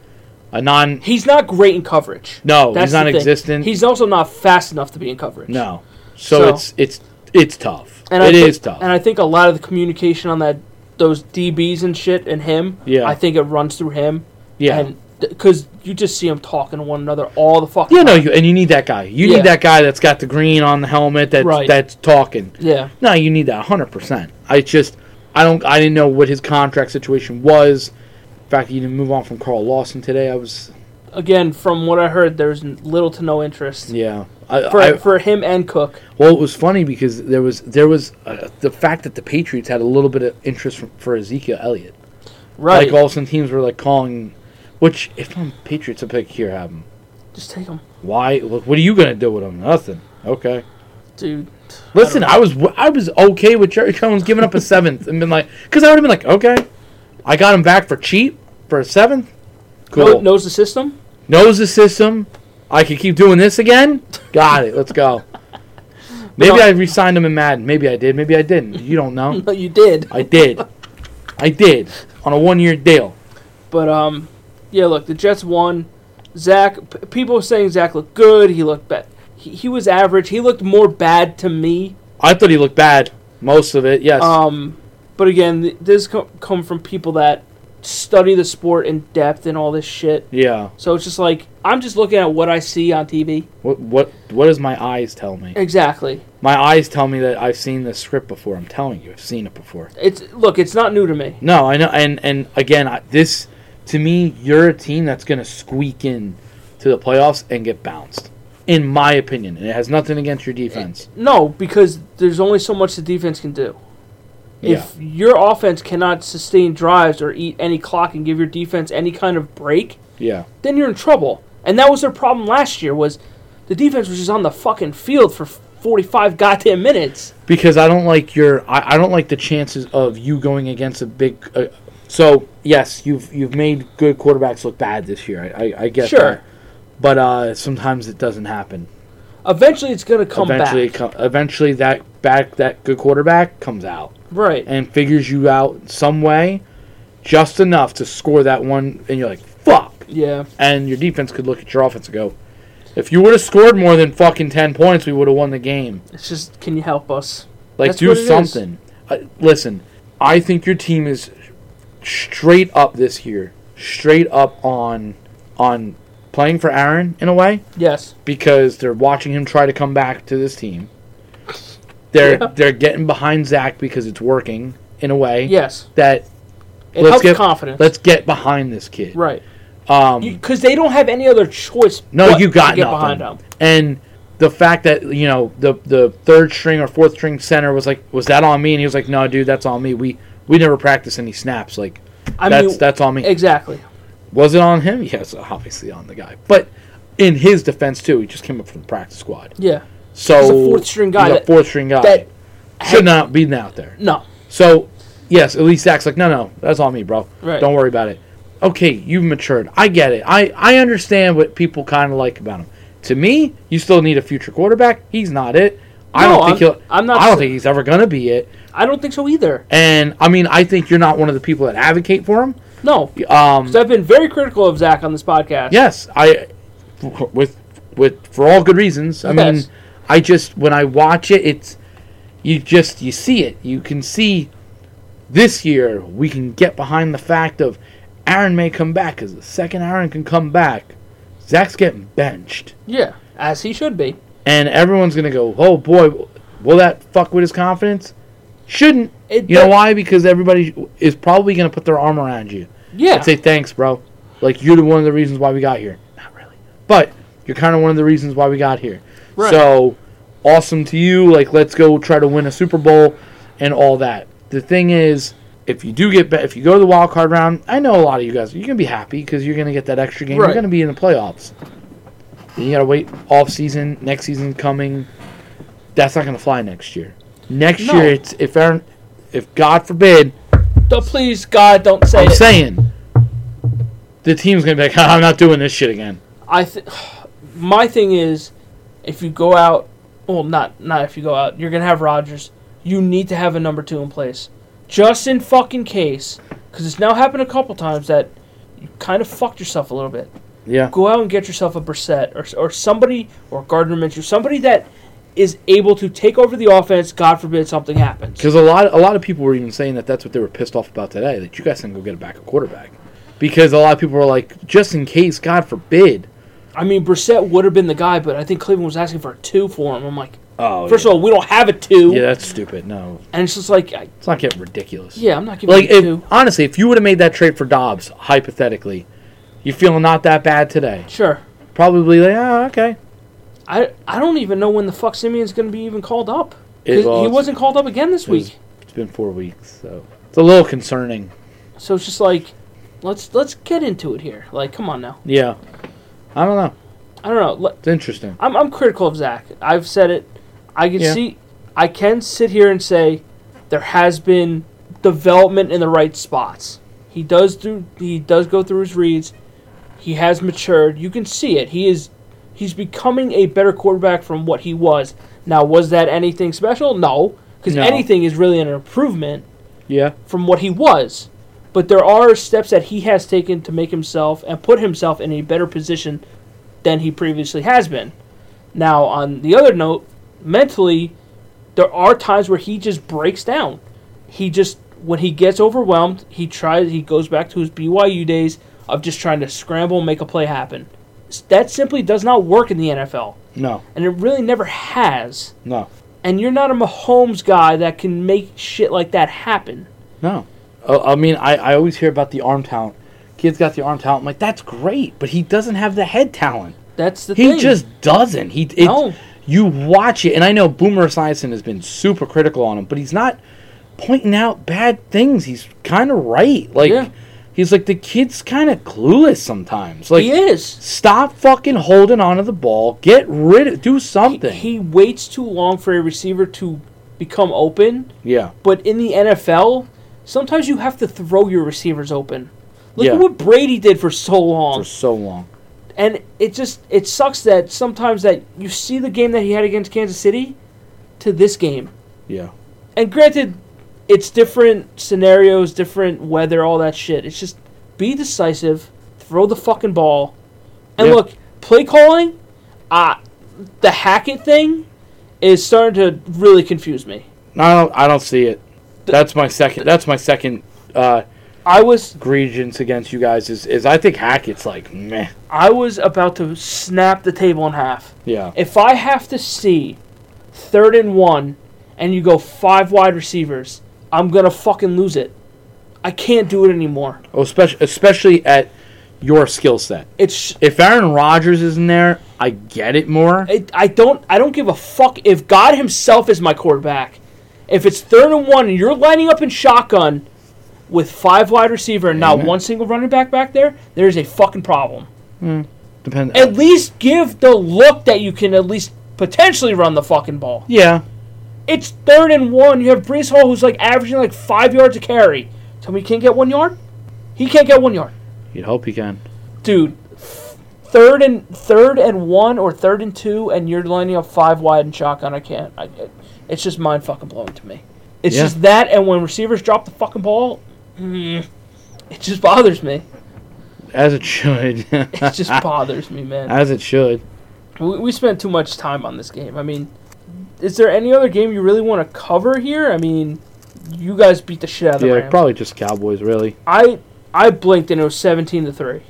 Speaker 1: a non.
Speaker 2: He's not great in coverage.
Speaker 1: No,
Speaker 2: That's
Speaker 1: he's
Speaker 2: the thing.
Speaker 1: non-existent.
Speaker 2: He's also not fast enough to be in coverage.
Speaker 1: no. So,
Speaker 2: So-
Speaker 1: it's it's it's tough. It is
Speaker 2: and I thi-
Speaker 1: tough.
Speaker 2: And I think a lot of the communication on that, those DBs and shit, and him.
Speaker 1: Yeah.
Speaker 2: I think it runs through him.
Speaker 1: yeah.
Speaker 2: And because you just see him talking to one another all the fucking.
Speaker 1: yeah, no,
Speaker 2: time.
Speaker 1: you, and you need that guy. You
Speaker 2: Yeah.
Speaker 1: need that guy that's got the green on the helmet. That's
Speaker 2: Right.
Speaker 1: that's talking.
Speaker 2: Yeah.
Speaker 1: No, you need that 100%. I just, I don't, I didn't know what his contract situation was. In fact, he didn't move on from Carl Lawson today. I was,
Speaker 2: Again, from what I heard, there's n- little to no interest
Speaker 1: yeah. I,
Speaker 2: for
Speaker 1: I-
Speaker 2: for him and Cook.
Speaker 1: well, it was funny because there was, there was uh, the fact that the Patriots had a little bit of interest from, for Ezekiel Elliott.
Speaker 2: Right.
Speaker 1: Like all of a sudden teams were like calling, which if I'm Patriots, I'd pick here have him.
Speaker 2: just take him,
Speaker 1: Why? What what are you gonna do with him? Nothing. Okay.
Speaker 2: dude.
Speaker 1: Listen, I, was I was okay with Jerry Jones giving up a seventh and been like, because I would have been like, okay, I got him back for cheap for a seventh. Cool.
Speaker 2: Know- knows the system.
Speaker 1: Knows the system. I could keep doing this again. Got it. Let's go. Maybe
Speaker 2: No.
Speaker 1: I re-signed him in Madden. Maybe I did. Maybe I didn't. You don't know.
Speaker 2: No, you did.
Speaker 1: I did. I did on a one-year deal.
Speaker 2: But um, yeah. Look, the Jets won. Zach. P- people were saying Zach looked good. He looked bad. He, he was average. He looked more bad to me.
Speaker 1: I thought he looked bad most of it. Yes.
Speaker 2: Um, but again, th- this co- come from people that study the sport in depth and all this shit.
Speaker 1: yeah.
Speaker 2: So it's just like I'm just looking at what I see on TV.
Speaker 1: What what what does my eyes tell me?
Speaker 2: Exactly.
Speaker 1: My eyes tell me that I've seen this script before. I'm telling you, I've seen it before.
Speaker 2: It's look. It's not new to me.
Speaker 1: No, I know, and and again, I, this to me, you're a team that's going to squeak in to the playoffs and get bounced, in my opinion. And it has nothing against your defense.
Speaker 2: No, because there's only so much the defense can do. If your offense cannot sustain drives or eat any clock and give your defense any kind of break,
Speaker 1: yeah,
Speaker 2: then you're in trouble. And that was their problem last year was the defense was just on the fucking field for 45 goddamn minutes.
Speaker 1: because I don't like your, I, I don't like the chances of you going against a big. Uh, so yes, you've you've made good quarterbacks look bad this year. I I, I get
Speaker 2: Sure.
Speaker 1: that, but uh, sometimes it doesn't happen.
Speaker 2: Eventually it's going to come
Speaker 1: eventually,
Speaker 2: back.
Speaker 1: it co- eventually that back that good quarterback comes out.
Speaker 2: right.
Speaker 1: and figures you out some way, just enough to score that one, and you're like, fuck.
Speaker 2: yeah.
Speaker 1: And your defense could look at your offense and go, if you would have scored more than fucking 10 points, we would have won the game.
Speaker 2: It's just can you help us?
Speaker 1: Like,
Speaker 2: That's
Speaker 1: do
Speaker 2: what it is.
Speaker 1: something. I, listen, I think your team is straight up this year, straight up on on playing for Aaron in a way
Speaker 2: Yes.
Speaker 1: because they're watching him try to come back to this team. They're
Speaker 2: Yeah.
Speaker 1: they're getting behind Zach because it's working in a way
Speaker 2: Yes.
Speaker 1: that
Speaker 2: It
Speaker 1: Let's
Speaker 2: helps
Speaker 1: get-
Speaker 2: confidence.
Speaker 1: let's get behind this kid.
Speaker 2: right.
Speaker 1: Um,
Speaker 2: Because they don't have any other choice.
Speaker 1: no,
Speaker 2: but
Speaker 1: you got
Speaker 2: to get
Speaker 1: nothing.
Speaker 2: behind them.
Speaker 1: And the fact that you know the the third string or fourth string center was like, was that on me? And he was like, no, dude, that's on me. We we never practice any snaps. Like
Speaker 2: I
Speaker 1: that's
Speaker 2: mean,
Speaker 1: that's on me.
Speaker 2: exactly.
Speaker 1: was it on him? Yes, obviously on the guy. But in his defense too, he just came up from the practice squad.
Speaker 2: Yeah.
Speaker 1: So
Speaker 2: He's a fourth string guy
Speaker 1: he's a
Speaker 2: that-
Speaker 1: fourth string guy
Speaker 2: that-
Speaker 1: should not be out there.
Speaker 2: No.
Speaker 1: So, yes, at least Zach's like, no, no, that's on me, bro.
Speaker 2: Right.
Speaker 1: Don't worry about it. Okay, you've matured. I get it. I, I understand what people kind of like about him. To me, you still need a future quarterback. He's not it. I
Speaker 2: No,
Speaker 1: don't think
Speaker 2: I'm-
Speaker 1: he'll.
Speaker 2: I'm not
Speaker 1: I don't
Speaker 2: sa-
Speaker 1: think he's ever gonna be it.
Speaker 2: I don't think so either.
Speaker 1: And I mean, I think you're not one of the people that advocate for him.
Speaker 2: No.
Speaker 1: Um,
Speaker 2: So I've been very critical of Zach on this podcast.
Speaker 1: yes, I with with for all good reasons. I mean,
Speaker 2: Yes.
Speaker 1: I just when I watch it, it's you just you see it. You can see this year we can get behind the fact of Aaron may come back because the second Aaron can come back, Zach's getting benched,
Speaker 2: Yeah. As he should be.
Speaker 1: and everyone's gonna go, oh boy, will that fuck with his confidence? Shouldn't
Speaker 2: It
Speaker 1: you know
Speaker 2: do-
Speaker 1: why? Because everybody is probably gonna put their arm around you.
Speaker 2: Yeah.
Speaker 1: I'd say thanks, bro. Like you're the one of the reasons why we got here. Not really, but you're kind of one of the reasons why we got here.
Speaker 2: Right.
Speaker 1: So awesome to you. Like let's go try to win a Super Bowl and all that. The thing is, if you do get ba- if you go to the wild card round, I know a lot of you guys you're gonna be happy because you're gonna get that extra game.
Speaker 2: Right.
Speaker 1: You're gonna be in the playoffs. Then you gotta wait off season, next season coming. That's not gonna fly next year. Next
Speaker 2: No.
Speaker 1: year, it's if Aaron, if God forbid,
Speaker 2: Don't- please, God, don't say
Speaker 1: I'm
Speaker 2: it.
Speaker 1: saying the team's gonna be like, I'm not doing this shit again.
Speaker 2: I th- my thing is, if you go out, well, not not if you go out, you're gonna have Rodgers. You need to have a number two in place, just in fucking case, because it's now happened a couple times that you kind of fucked yourself a little bit.
Speaker 1: Yeah,
Speaker 2: Go out and get yourself a Brissett or or somebody or Gardner Minshew, somebody that is able to take over the offense. God forbid something happens.
Speaker 1: because a lot a lot of people were even saying that that's what they were pissed off about today. That you guys didn't go get a backup quarterback because a lot of people were like, just in case, God forbid.
Speaker 2: I mean, Brissett would have been the guy, but I think Cleveland was asking for a two for him. I'm like,
Speaker 1: Oh,
Speaker 2: first of all, we don't have a two,
Speaker 1: yeah, that's stupid. No,
Speaker 2: and it's just like, I-
Speaker 1: it's not getting ridiculous.
Speaker 2: yeah, I'm not giving
Speaker 1: Like
Speaker 2: you a
Speaker 1: if,
Speaker 2: two.
Speaker 1: honestly, if you would have made that trade for Dobbs, hypothetically, you're feeling not that bad today.
Speaker 2: Sure.
Speaker 1: Probably like, oh, okay.
Speaker 2: I I don't even know when the fuck Simeon's going to be even called up.
Speaker 1: It-
Speaker 2: 'Cause
Speaker 1: well,
Speaker 2: he
Speaker 1: it's-
Speaker 2: wasn't called up again this
Speaker 1: it was-
Speaker 2: week.
Speaker 1: It's been four weeks, so it's a little concerning.
Speaker 2: So it's just like let's let's get into it here. Like come on now.
Speaker 1: Yeah, I don't know.
Speaker 2: I don't know. Let-
Speaker 1: It's interesting.
Speaker 2: I'm I'm critical of Zach. I've said it. I can
Speaker 1: Yeah.
Speaker 2: see I can sit here and say there has been development in the right spots. He does do he does go through his reads. He has matured. You can see it. He is he's becoming a better quarterback from what he was. Now, was that anything special? No, cuz
Speaker 1: No.
Speaker 2: anything is really an improvement
Speaker 1: Yeah.
Speaker 2: from what he was. But there are steps that he has taken to make himself and put himself in a better position than he previously has been. Now, on the other note, mentally, there are times where he just breaks down. He just when he gets overwhelmed, he tries he goes back to his BYU days of just trying to scramble and make a play happen. S- That simply does not work in the NFL,
Speaker 1: No.
Speaker 2: and it really never has.
Speaker 1: No.
Speaker 2: And you're not a Mahomes guy that can make shit like that happen.
Speaker 1: No. Oh, I mean, I, I always hear about the arm talent. Kid's got the arm talent. I'm like, that's great, but he doesn't have the head talent.
Speaker 2: That's the
Speaker 1: He
Speaker 2: thing.
Speaker 1: just doesn't. He it,
Speaker 2: No.
Speaker 1: You watch it, and I know Boomer Esiason has been super critical on him, but he's not pointing out bad things. He's kind of right. Like,
Speaker 2: Yeah.
Speaker 1: he's like the kid's kind of clueless sometimes. Like,
Speaker 2: he is.
Speaker 1: stop fucking holding on to the ball. Get rid of. Do something.
Speaker 2: He waits too long for a receiver to become open,
Speaker 1: yeah.
Speaker 2: but in the NFL, sometimes you have to throw your receivers open. Look
Speaker 1: Yeah.
Speaker 2: at what Brady did for so long.
Speaker 1: For so long.
Speaker 2: and it just it sucks that sometimes that you see the game that he had against Kansas City to this game.
Speaker 1: Yeah.
Speaker 2: And granted, it's different scenarios, different weather, all that shit. It's just be decisive, throw the fucking ball, and
Speaker 1: Yeah.
Speaker 2: look, play calling. Uh, the Hackett thing is starting to really confuse me.
Speaker 1: No, I don't, I don't see it. That's my second. That's my second uh,
Speaker 2: I was
Speaker 1: grievance against you guys. Is is I think Hackett's like meh.
Speaker 2: I was about to snap the table in half.
Speaker 1: Yeah.
Speaker 2: If I have to see third and one and you go five wide receivers, I'm gonna fucking lose it. I can't do it anymore.
Speaker 1: Oh, especially especially at your skill set.
Speaker 2: It's
Speaker 1: If Aaron Rodgers isn't there, I get it more.
Speaker 2: it, I don't I don't give a fuck if God himself is my quarterback. If it's third and one and you're lining up in shotgun with five wide receiver and not
Speaker 1: Amen.
Speaker 2: one single running back back there, there's a fucking problem.
Speaker 1: Depends.
Speaker 2: At least give the look that you can at least potentially run the fucking ball.
Speaker 1: yeah.
Speaker 2: It's third and one. You have Brees Hall who's like averaging like five yards a carry. Tell me he can't get one yard? He can't get one yard.
Speaker 1: You'd hope he can.
Speaker 2: Dude, third and third and one or third and two and you're lining up five wide and shotgun. I can't. I, it- it's just mind fucking blowing to me. It's
Speaker 1: Yeah.
Speaker 2: just that and when receivers drop the fucking ball, mm, it just bothers me.
Speaker 1: As it should.
Speaker 2: It just bothers me, man.
Speaker 1: As it should.
Speaker 2: We, we spent too much time on this game. I mean, is there any other game you really want to cover here? I mean, you guys beat the shit out of the
Speaker 1: Yeah.
Speaker 2: Rams.
Speaker 1: Probably just Cowboys. Really.
Speaker 2: I I blinked and it was seventeen to three.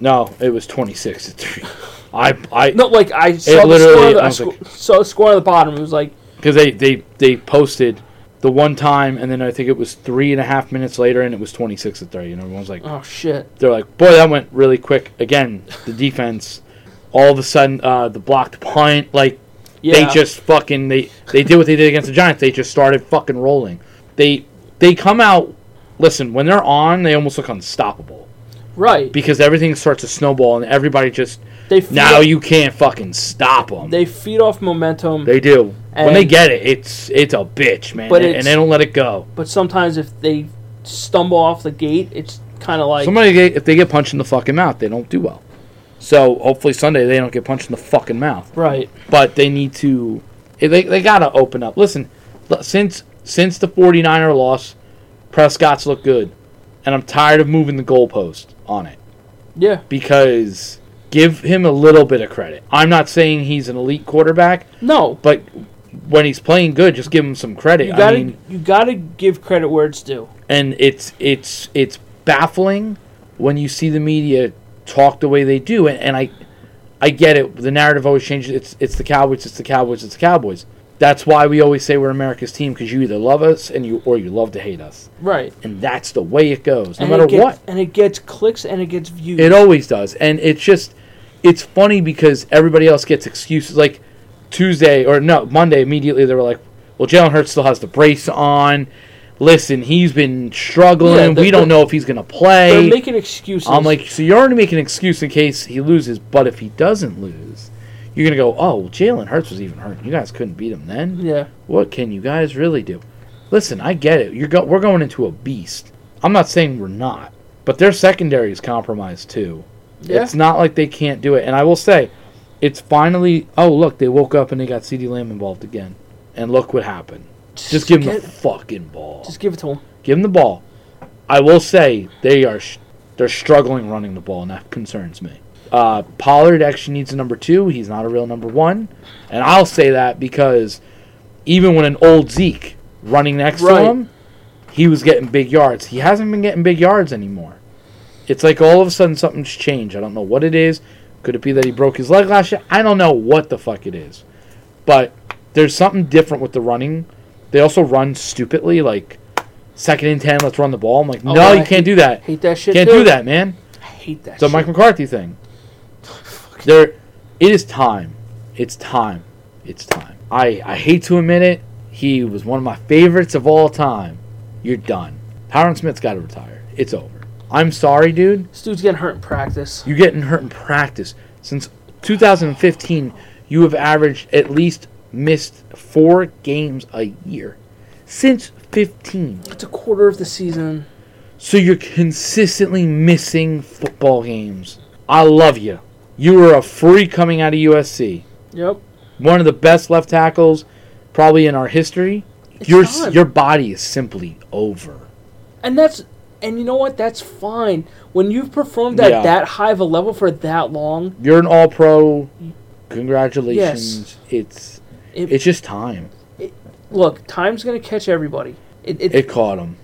Speaker 1: No, it was twenty six to three. I I
Speaker 2: No, like I saw the
Speaker 1: literally-
Speaker 2: score. on the-
Speaker 1: I
Speaker 2: I
Speaker 1: was
Speaker 2: sco-
Speaker 1: like-
Speaker 2: saw the score on the bottom. It was like
Speaker 1: because they they they posted the one time, and then I think it was three and a half minutes later, and it was 26 to 30. And everyone's like,
Speaker 2: Oh shit.
Speaker 1: they're like, boy, that went really quick. Again, the defense, all of a sudden, uh, the blocked punt, like,
Speaker 2: Yeah.
Speaker 1: they just fucking they they did what they did against the Giants. They just started fucking rolling. They they come out. Listen, when they're on, they almost look unstoppable
Speaker 2: right.
Speaker 1: because everything starts to snowball and everybody just
Speaker 2: they feed
Speaker 1: now
Speaker 2: off,
Speaker 1: you can't fucking stop them. They,
Speaker 2: they feed off momentum,
Speaker 1: do when they
Speaker 2: And-
Speaker 1: get it. It's it's a bitch, man,
Speaker 2: But
Speaker 1: and,
Speaker 2: it's-
Speaker 1: and they don't let it go.
Speaker 2: but sometimes if they stumble off the gate, it's kind of like
Speaker 1: Somebody get, if they get punched in the fucking mouth, they don't do well. So hopefully Sunday they don't get punched in the fucking mouth.
Speaker 2: right.
Speaker 1: but they need to eh, they, they gotta open up listen l- since since the 49er loss prescott's looked good and i'm tired of moving the goalpost on it
Speaker 2: Yeah.
Speaker 1: because give him a little bit of credit i'm not saying he's an elite quarterback
Speaker 2: No.
Speaker 1: but when he's playing good just give him some credit
Speaker 2: You got
Speaker 1: i
Speaker 2: to
Speaker 1: mean
Speaker 2: you got to give credit where it's due.
Speaker 1: and it's it's it's baffling when you see the media talk the way they do and, and i i get it the narrative always changes it's it's the cowboys it's the cowboys it's the cowboys that's why we always say we're america's team because you either love us and you or you love to hate us
Speaker 2: Right.
Speaker 1: and that's the way it goes no
Speaker 2: and
Speaker 1: matter
Speaker 2: it gets,
Speaker 1: what
Speaker 2: And it gets clicks and it gets views.
Speaker 1: it always does and it's just it's funny because everybody else gets excuses like tuesday or no monday immediately they were like well jalen hurts still has the brace on listen he's been
Speaker 2: Yeah,
Speaker 1: struggling
Speaker 2: they're-
Speaker 1: we don't know if he's going to play
Speaker 2: They're making excuses.
Speaker 1: I'm like, so you're already making an excuse in case he loses, but if he doesn't lose, you're gonna go, oh, well, Jalen Hurts was even hurt. You guys couldn't beat him then.
Speaker 2: yeah.
Speaker 1: What can you guys really do? Listen, I get it. You're go- we're going into a beast. I'm not saying we're not, but their secondary is compromised too.
Speaker 2: Yeah.
Speaker 1: It's not like they can't do it. And I will say, it's finally. Oh, look, they woke up and they got Ceedee Lamb involved again, and look what happened. Just give him
Speaker 2: get-
Speaker 1: the fucking ball.
Speaker 2: just give it to him.
Speaker 1: Give him the ball. I will say they are sh- they're struggling running the ball, and that concerns me. Uh, Pollard actually needs a number two. He's not a real number one, and I'll say that because even when an old Zeke running next
Speaker 2: Right.
Speaker 1: to him, he was getting big yards. He hasn't been getting big yards anymore. It's like all of a sudden something's changed. I don't know what it is. Could it be that he broke his leg last year? I don't know what the fuck it is, but there's something different with the running. They also run stupidly, like second and ten, let's run the ball. I'm like, no,
Speaker 2: I
Speaker 1: you can't do that.
Speaker 2: Hate that shit.
Speaker 1: Can't
Speaker 2: too.
Speaker 1: do that, man.
Speaker 2: I hate that.
Speaker 1: It's a
Speaker 2: shit.
Speaker 1: Mike McCarthy thing. There, it is time. It's time. It's time. I I hate to admit it. He was one of my favorites of all time. You're done. Tyron Smith's got to retire. It's over. I'm sorry, dude.
Speaker 2: This dude's getting hurt in practice.
Speaker 1: You're getting hurt in practice. Since 2015, you have averaged at least missed four games a year. Since 15.
Speaker 2: It's a quarter of the season.
Speaker 1: So you're consistently missing football games. I love you. You were a free coming out of USC.
Speaker 2: Yep.
Speaker 1: One of the best left tackles probably in our history.
Speaker 2: It's
Speaker 1: Your
Speaker 2: time.
Speaker 1: your body is simply over.
Speaker 2: And that's and you know what? That's fine. When you've performed at
Speaker 1: Yeah.
Speaker 2: that high of a level for that long,
Speaker 1: You're an all pro. Congratulations. It's
Speaker 2: It-
Speaker 1: it's just time.
Speaker 2: look, time's gonna catch everybody. It, it,
Speaker 1: It caught him.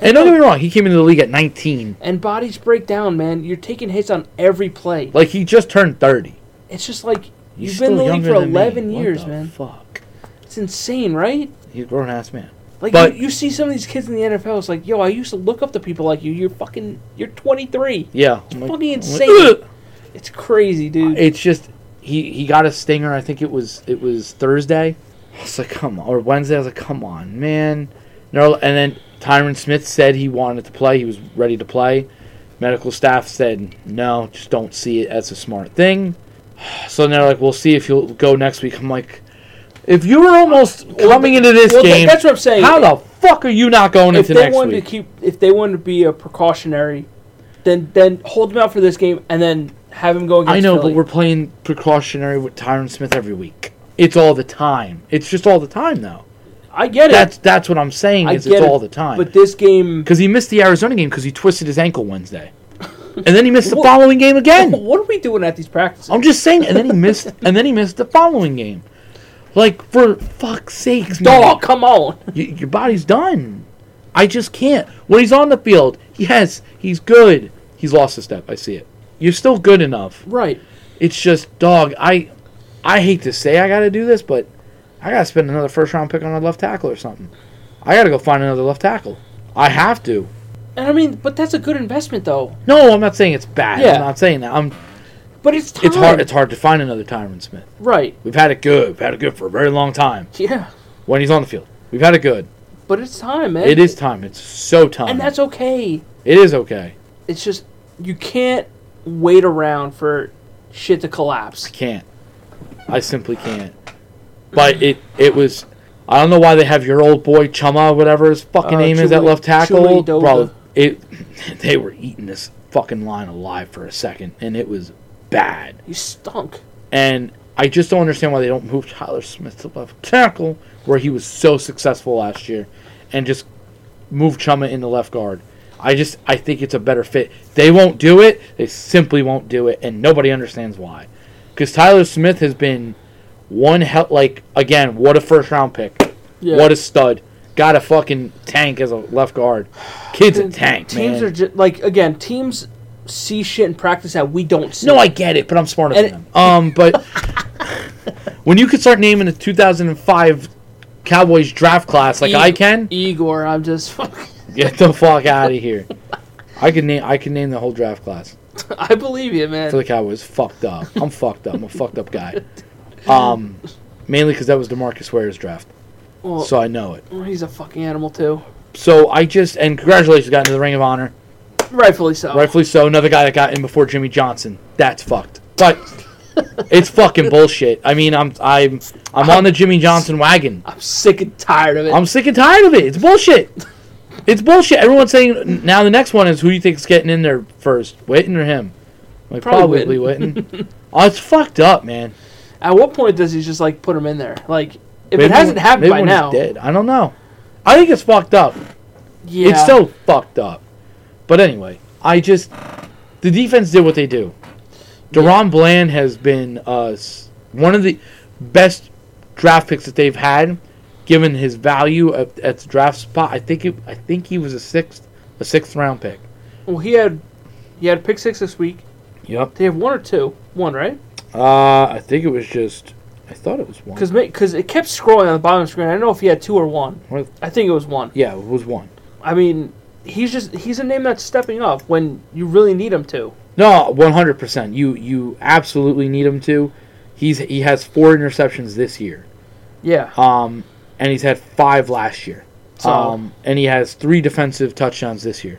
Speaker 1: And don't get me wrong, he came into the league at 19.
Speaker 2: and bodies break down, man. You're taking hits on every play.
Speaker 1: Like he just turned 30.
Speaker 2: It's just like
Speaker 1: He's
Speaker 2: you've been
Speaker 1: still
Speaker 2: in the league
Speaker 1: younger
Speaker 2: for
Speaker 1: than me.
Speaker 2: 11
Speaker 1: What
Speaker 2: years,
Speaker 1: the
Speaker 2: man.
Speaker 1: Fuck.
Speaker 2: It's insane, right?
Speaker 1: He's a grown ass man.
Speaker 2: Like
Speaker 1: But-
Speaker 2: you, you see some of these kids in the NFL, it's like, yo, I used to look up to people like you. You're fucking, you're 23.
Speaker 1: Yeah. I'm
Speaker 2: Fucking
Speaker 1: I'm
Speaker 2: insane.
Speaker 1: "Ugh."
Speaker 2: It's crazy, dude.
Speaker 1: it's just he he got a stinger. I think it was it was Thursday. I was like, come on, or Wednesday. I was like, come on, man. No, and then Tyron Smith said he wanted to play. He was ready to play. Medical staff said no, just don't see it as a smart thing. So they're like, we'll see if you'll go next week. I'm like, if you were almost coming into this
Speaker 2: well, that-
Speaker 1: game,
Speaker 2: that's what I'm saying.
Speaker 1: How the fuck are you not going
Speaker 2: if
Speaker 1: into
Speaker 2: they
Speaker 1: next
Speaker 2: wanted
Speaker 1: week?
Speaker 2: to keep, if they wanted to be a precautionary, then then hold him out for this game and then have him go against.
Speaker 1: I know,
Speaker 2: Philly.
Speaker 1: but we're playing precautionary with Tyron Smith every week. It's all the time. It's just all the time, though.
Speaker 2: I get it.
Speaker 1: That's that's what I'm saying
Speaker 2: I
Speaker 1: is
Speaker 2: get
Speaker 1: it's
Speaker 2: it,
Speaker 1: all the time.
Speaker 2: But this game,
Speaker 1: Because he missed the Arizona game because he twisted his ankle Wednesday, and then he missed the
Speaker 2: Wha-
Speaker 1: following game again.
Speaker 2: what are we doing at these practices?
Speaker 1: I'm just saying, and then he missed, and then he missed the following game. Like for fuck's sakes, man.
Speaker 2: Dog, come on.
Speaker 1: Y- your body's done. I just can't. When he's on the field, yes, he's good. He's lost a step. I see it. You're still good enough.
Speaker 2: Right.
Speaker 1: It's just dog. I I hate to say I got to do this, but I got to spend another first round pick on a left tackle or something. I got to go find another left tackle. I have to.
Speaker 2: And I mean, but that's a good investment though.
Speaker 1: No, I'm not saying it's bad.
Speaker 2: Yeah.
Speaker 1: I'm not saying that. I'm.
Speaker 2: But it's time.
Speaker 1: It's hard. It's hard to find another Tyron Smith.
Speaker 2: right.
Speaker 1: We've had it good. We've had it good for a very long time
Speaker 2: Yeah.
Speaker 1: when he's on the field. We've had it good.
Speaker 2: But it's time, man.
Speaker 1: It is time. It's so time.
Speaker 2: And that's okay.
Speaker 1: it is okay.
Speaker 2: It's just you can't wait around for shit to collapse.
Speaker 1: can't. I simply can't. But it it was. I don't know why they have your old boy Chuma, whatever his fucking
Speaker 2: Uh,
Speaker 1: name is, at
Speaker 2: Chuli-
Speaker 1: left tackle.
Speaker 2: Chuli Doga.
Speaker 1: Bro, it they were eating this fucking line alive for a second, and it was bad.
Speaker 2: You stunk.
Speaker 1: And I just don't understand why they don't move Tyler Smith to left tackle, where he was so successful last year, and just move Chuma into left guard. I just I think it's a better fit. They won't do it. They simply won't do it, and nobody understands why. Because Tyler Smith has been one hell like again. What a first round pick.
Speaker 2: Yeah.
Speaker 1: What a stud. Got a fucking tank as a left guard. Kid's a tank,
Speaker 2: Teams
Speaker 1: man.
Speaker 2: are just like again. Teams see shit in practice that we don't see.
Speaker 1: No, I get it, but I'm smarter
Speaker 2: And-
Speaker 1: than them. Um, but when you could start naming the 2005 Cowboys draft class like
Speaker 2: E-
Speaker 1: I can,
Speaker 2: Igor, I'm just. fucking-
Speaker 1: get the fuck out of here. I can name I can name the whole draft class
Speaker 2: I believe you, man.
Speaker 1: for the Cowboys. Fucked up. I'm fucked up. I'm a fucked up guy. Um, mainly because that was Demarcus Ware's draft,
Speaker 2: well,
Speaker 1: so I know it.
Speaker 2: he's a fucking animal too. So
Speaker 1: So I just and congratulations got into the Ring of Honor.
Speaker 2: rightfully so.
Speaker 1: Rightfully so. Another guy that got in before Jimmy Johnson. That's fucked. But it's fucking bullshit. I mean, I'm I'm I'm on the Jimmy Johnson wagon.
Speaker 2: I'm sick and tired of it.
Speaker 1: I'm sick and tired of it. It's bullshit. It's bullshit. Everyone's saying now the next one is who you think's getting in there first, Witten or him? I'm Like
Speaker 2: Probably
Speaker 1: probably, Witten. oh, it's fucked up, man.
Speaker 2: At what point does he just like put him in there? Like if it hasn't
Speaker 1: when-
Speaker 2: happened
Speaker 1: maybe
Speaker 2: by
Speaker 1: when he's
Speaker 2: now,
Speaker 1: dead. I don't know. I think it's fucked up.
Speaker 2: yeah,
Speaker 1: It's so fucked up. But anyway, I just the defense did what they do. Deron Bland has been uh, s- one of the best draft picks that they've had, given his value at, at the draft spot. I think it, I think he was a sixth a sixth round pick.
Speaker 2: Well, he had he had a pick six this week.
Speaker 1: Yep.
Speaker 2: They have one or two, one right?
Speaker 1: Uh, I think it was just I thought it was one.
Speaker 2: Because because it kept scrolling on the bottom of the screen. I don't know if he had two or one.
Speaker 1: What-
Speaker 2: I think it was one.
Speaker 1: yeah, it was one.
Speaker 2: I mean, he's just he's a name that's stepping up when you really need him to.
Speaker 1: No, one hundred percent. You you absolutely need him to. He's he has four interceptions this year.
Speaker 2: Yeah,
Speaker 1: Um, and he's had five last year.
Speaker 2: Solid.
Speaker 1: Um, and he has three defensive touchdowns this year.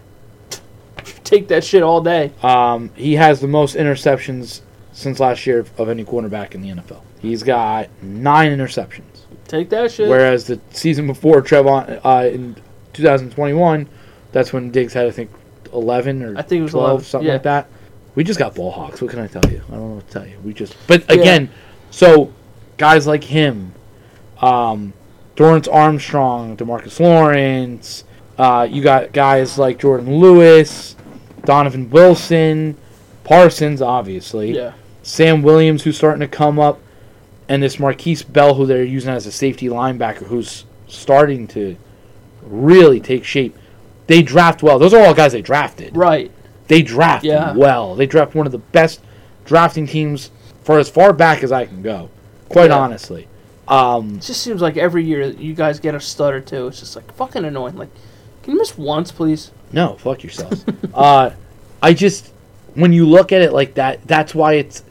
Speaker 2: take that shit all day.
Speaker 1: Um, he has the most interceptions since last year of any cornerback in the NFL. He's got nine interceptions,
Speaker 2: Take that shit.
Speaker 1: whereas the season before Trevon uh, in 2021, that's when Diggs had I think 11 or
Speaker 2: I think it was
Speaker 1: 12,
Speaker 2: 11,
Speaker 1: something
Speaker 2: yeah.
Speaker 1: like that. We just got ball hawks. What can I tell you? I don't know what to tell you. We just, but again, so guys like him, um, Dorrance Armstrong, Demarcus Lawrence. Uh, you got guys like Jordan Lewis, Donovan Wilson, Parsons, obviously.
Speaker 2: Yeah,
Speaker 1: Sam Williams, who's starting to come up, and this Marquise Bell, who they're using as a safety linebacker, who's starting to really take shape. They draft well. Those are all guys they drafted.
Speaker 2: right.
Speaker 1: They draft
Speaker 2: Yeah.
Speaker 1: well. They draft one of the best drafting teams for as far back as I can go, quite
Speaker 2: Yeah.
Speaker 1: honestly. Um,
Speaker 2: It just seems like every year you guys get a stud or two. It's just like fucking annoying. Like, can you miss once, please?
Speaker 1: No, fuck yourselves. uh, I just when you look at it like that, that's why it's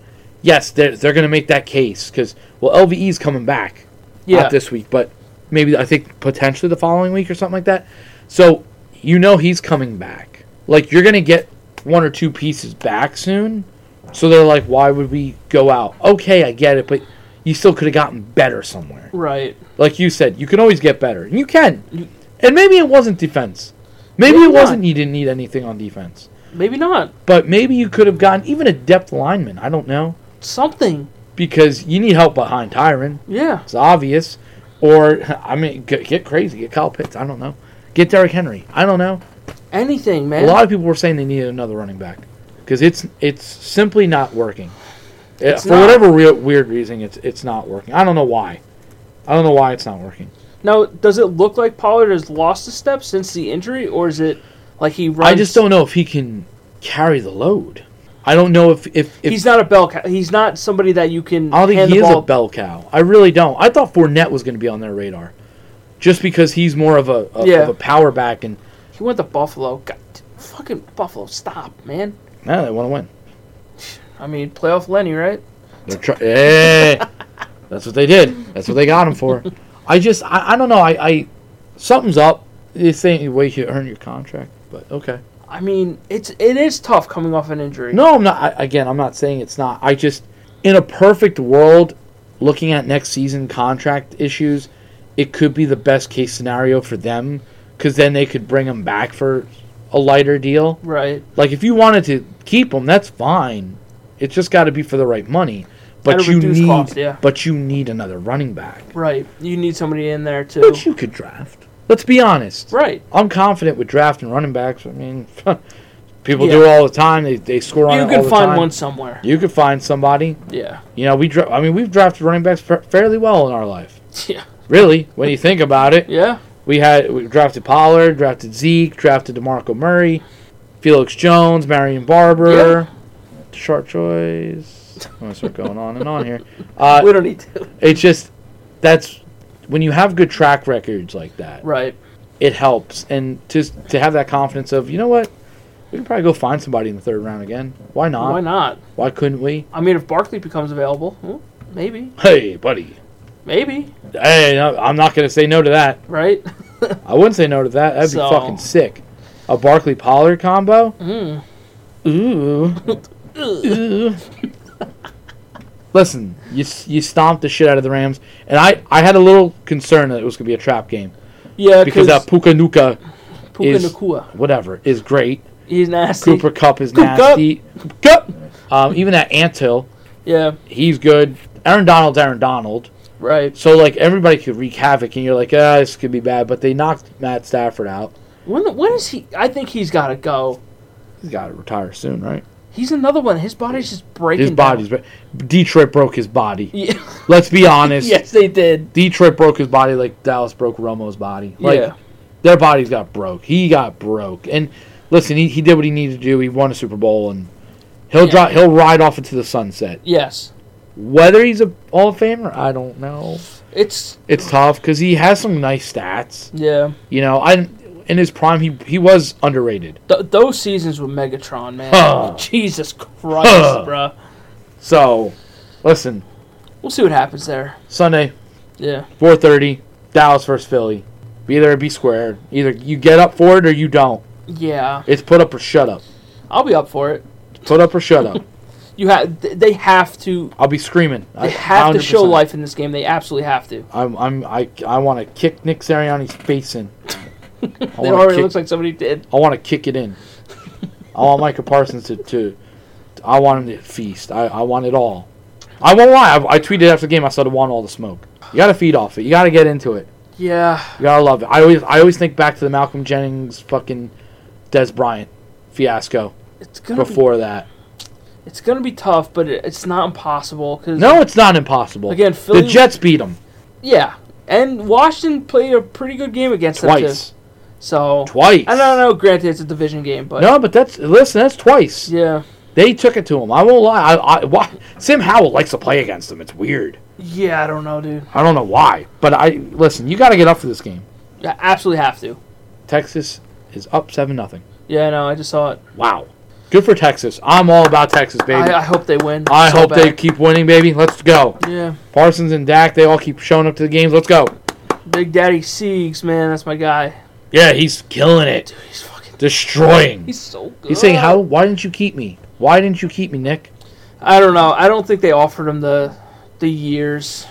Speaker 1: yes, they're they're gonna make that case because well, LVE's coming back
Speaker 2: Yeah.
Speaker 1: not this week, but maybe I think potentially the following week or something like that. So you know he's coming back. Like you're gonna get one or two pieces back soon. So they're like, why would we go out? Okay, I get it, but you still could have gotten better somewhere.
Speaker 2: Right.
Speaker 1: Like you said, you can always get better, and you can. And maybe it wasn't defense. Maybe
Speaker 2: Maybe
Speaker 1: it
Speaker 2: not.
Speaker 1: wasn't you didn't need anything on defense.
Speaker 2: Maybe not.
Speaker 1: But maybe you could have gotten even a depth lineman. I don't know
Speaker 2: Something.
Speaker 1: because you need help behind Tyron.
Speaker 2: Yeah.
Speaker 1: It's obvious. Or I mean, get, get crazy, get Kyle Pitts. I don't know. Get Derrick Henry. I don't know.
Speaker 2: Anything,
Speaker 1: A
Speaker 2: man.
Speaker 1: lot of people were saying they needed another running back because it's it's simply not working. Uh,
Speaker 2: It's
Speaker 1: for
Speaker 2: not.
Speaker 1: whatever real, weird reason, it's it's not working. I don't know why. I don't know why it's not working.
Speaker 2: Now, does it look like Pollard has lost a step since the injury, or is it like he runs?
Speaker 1: I just don't know if he can carry the load. I don't know if if, if
Speaker 2: he's not a bell cow. He's not somebody that you can
Speaker 1: I don't
Speaker 2: hand
Speaker 1: think
Speaker 2: the
Speaker 1: he is
Speaker 2: ball.
Speaker 1: a bell cow. I really don't. I thought Fournette was going to be on their radar, just because he's more of a, a-
Speaker 2: Yeah.
Speaker 1: of a power back, and
Speaker 2: He went to Buffalo. God, t- fucking Buffalo, stop, man.
Speaker 1: nah, they want to win.
Speaker 2: I mean, playoff Lenny, right?
Speaker 1: They're try- Eh. That's what they did. That's what they got him for. I just, I, I don't know. I, I, something's up. This ain't the way you earn your contract, but okay.
Speaker 2: I mean, it's it is tough coming off an injury.
Speaker 1: No, I'm not. I, again, I'm not saying it's not. I just, in a perfect world, looking at next season contract issues, it could be the best case scenario for them because then they could bring him back for a lighter deal.
Speaker 2: Right.
Speaker 1: Like if you wanted to keep him, that's fine. It's just got to be for the right money. But
Speaker 2: At a
Speaker 1: you
Speaker 2: reduced
Speaker 1: need,
Speaker 2: cost, yeah.
Speaker 1: but you need another running back,
Speaker 2: Right. You need somebody in there too.
Speaker 1: which you could draft. Let's be honest.
Speaker 2: right.
Speaker 1: I'm confident with drafting running backs. I mean, people
Speaker 2: Yeah.
Speaker 1: do it all the time. They, they score on
Speaker 2: You
Speaker 1: it all
Speaker 2: can
Speaker 1: the
Speaker 2: find
Speaker 1: time.
Speaker 2: one somewhere.
Speaker 1: You could find somebody.
Speaker 2: Yeah.
Speaker 1: You know, we dra- I mean, we've drafted running backs fa- fairly well in our life.
Speaker 2: Yeah.
Speaker 1: Really, when you think about it,
Speaker 2: Yeah.
Speaker 1: we had we drafted Pollard, drafted Zeke, drafted DeMarco Murray, Felix Jones, Marion Barber, Sharp Choice. I'm gonna start going on and on here. Uh,
Speaker 2: we don't need to.
Speaker 1: it's just that's when you have good track records like that,
Speaker 2: Right.
Speaker 1: it helps, and to to have that confidence of you know what, we can probably go find somebody in the third round again. Why not?
Speaker 2: Why not?
Speaker 1: Why couldn't we?
Speaker 2: I mean, if Barkley becomes available, well, maybe,
Speaker 1: Hey, buddy.
Speaker 2: maybe.
Speaker 1: Hey, no, I'm not gonna say no to that.
Speaker 2: Right.
Speaker 1: I wouldn't say no to that. That'd
Speaker 2: So-
Speaker 1: be fucking sick. A Barkley Pollard combo.
Speaker 2: Mm.
Speaker 1: Ooh. Ooh. Listen, you s- you stomped the shit out of the Rams, and I, I had a little concern that it was gonna be a trap game
Speaker 2: Yeah.
Speaker 1: because that Puka Nuka,
Speaker 2: Puka
Speaker 1: is-
Speaker 2: Nakua,
Speaker 1: whatever, is great.
Speaker 2: he's nasty.
Speaker 1: Cooper Cup is
Speaker 2: Coop Kupp.
Speaker 1: nasty. Coop Cup. Um, even that Antil,
Speaker 2: Yeah.
Speaker 1: he's good. Aaron Donald's Aaron Donald.
Speaker 2: Right.
Speaker 1: So like everybody could wreak havoc, and you're like, ah, this could be bad. But they knocked Matt Stafford out.
Speaker 2: When when is he? I think he's got to go.
Speaker 1: He's got to retire soon, right?
Speaker 2: He's another one. His body's just breaking.
Speaker 1: His body's bro- Detroit broke his body.
Speaker 2: Down. Yeah.
Speaker 1: Let's be honest.
Speaker 2: yes, they did.
Speaker 1: Detroit broke his body like Dallas broke Romo's body. Like
Speaker 2: yeah.
Speaker 1: their bodies got broke. He got broke. And listen, he, he did what he needed to do. He won a Super Bowl and he'll
Speaker 2: Yeah.
Speaker 1: dri he'll ride off into the sunset.
Speaker 2: Yes.
Speaker 1: Whether he's a Hall of Famer, I don't know.
Speaker 2: It's
Speaker 1: It's tough cuz he has some nice stats.
Speaker 2: yeah.
Speaker 1: You know, I in his prime he he was underrated.
Speaker 2: Th- those seasons with Megatron, man.
Speaker 1: Huh.
Speaker 2: Jesus Christ,
Speaker 1: Huh.
Speaker 2: bruh.
Speaker 1: So, listen,
Speaker 2: We'll see what happens there.
Speaker 1: Sunday
Speaker 2: Yeah.
Speaker 1: 4:30 Dallas versus Philly. Be there or be squared. Either you get up for it or you don't.
Speaker 2: Yeah.
Speaker 1: It's put up or shut up.
Speaker 2: I'll be up for it.
Speaker 1: Put up or shut up.
Speaker 2: You have. Th- they have to.
Speaker 1: I'll be screaming.
Speaker 2: They
Speaker 1: I,
Speaker 2: have to show
Speaker 1: 100%.
Speaker 2: life in this game. They absolutely have to.
Speaker 1: I'm, I'm, I, I want to kick Nick Sirianni's face in. I
Speaker 2: It
Speaker 1: want
Speaker 2: already
Speaker 1: to kick,
Speaker 2: looks like somebody did.
Speaker 1: I want to kick it in. I want Micah Parsons to, to, I want him to feast. I, I want it all. I won't lie. I, I tweeted after the game. I said I want all the smoke. You got to feed off it. You got to get into it.
Speaker 2: Yeah.
Speaker 1: You got to love it. I always, I always think back to the Malcolm Jennings fucking Des Bryant fiasco
Speaker 2: It's gonna
Speaker 1: before that.
Speaker 2: be. It's gonna be tough, but it, it's not impossible. Cause
Speaker 1: No, it's not impossible.
Speaker 2: Again,
Speaker 1: the
Speaker 2: Philly-
Speaker 1: Jets beat him
Speaker 2: Yeah. And Washington played a pretty good game against them too.
Speaker 1: twice.
Speaker 2: So.
Speaker 1: Twice.
Speaker 2: I don't know. Granted, it's a division game, but
Speaker 1: No, but that's listen. That's twice.
Speaker 2: yeah,
Speaker 1: They took it to him. I won't lie. I, I why, Sam Howell likes to play against them. It's weird.
Speaker 2: yeah, I don't know, dude.
Speaker 1: I don't know why, but I listen. You got to get up for this game.
Speaker 2: I absolutely have to.
Speaker 1: Texas is up seven nothing.
Speaker 2: Yeah, no, I just saw it.
Speaker 1: Wow, good for Texas. I'm all about Texas, baby.
Speaker 2: I, I
Speaker 1: I,
Speaker 2: hope they win. so
Speaker 1: hope they
Speaker 2: bad.
Speaker 1: keep winning, baby. Let's go.
Speaker 2: Yeah,
Speaker 1: Parsons and Dak, they all keep showing up to the games. Let's go.
Speaker 2: Big Daddy Siegs, man, that's my guy.
Speaker 1: Yeah, he's killing it,
Speaker 2: Dude, he's fucking.
Speaker 1: destroying.
Speaker 2: He's Uh, so good.
Speaker 1: He's saying, "How? Why didn't you keep me? Why didn't you keep me, Nick?"
Speaker 2: I don't know. I don't think they offered him the, the years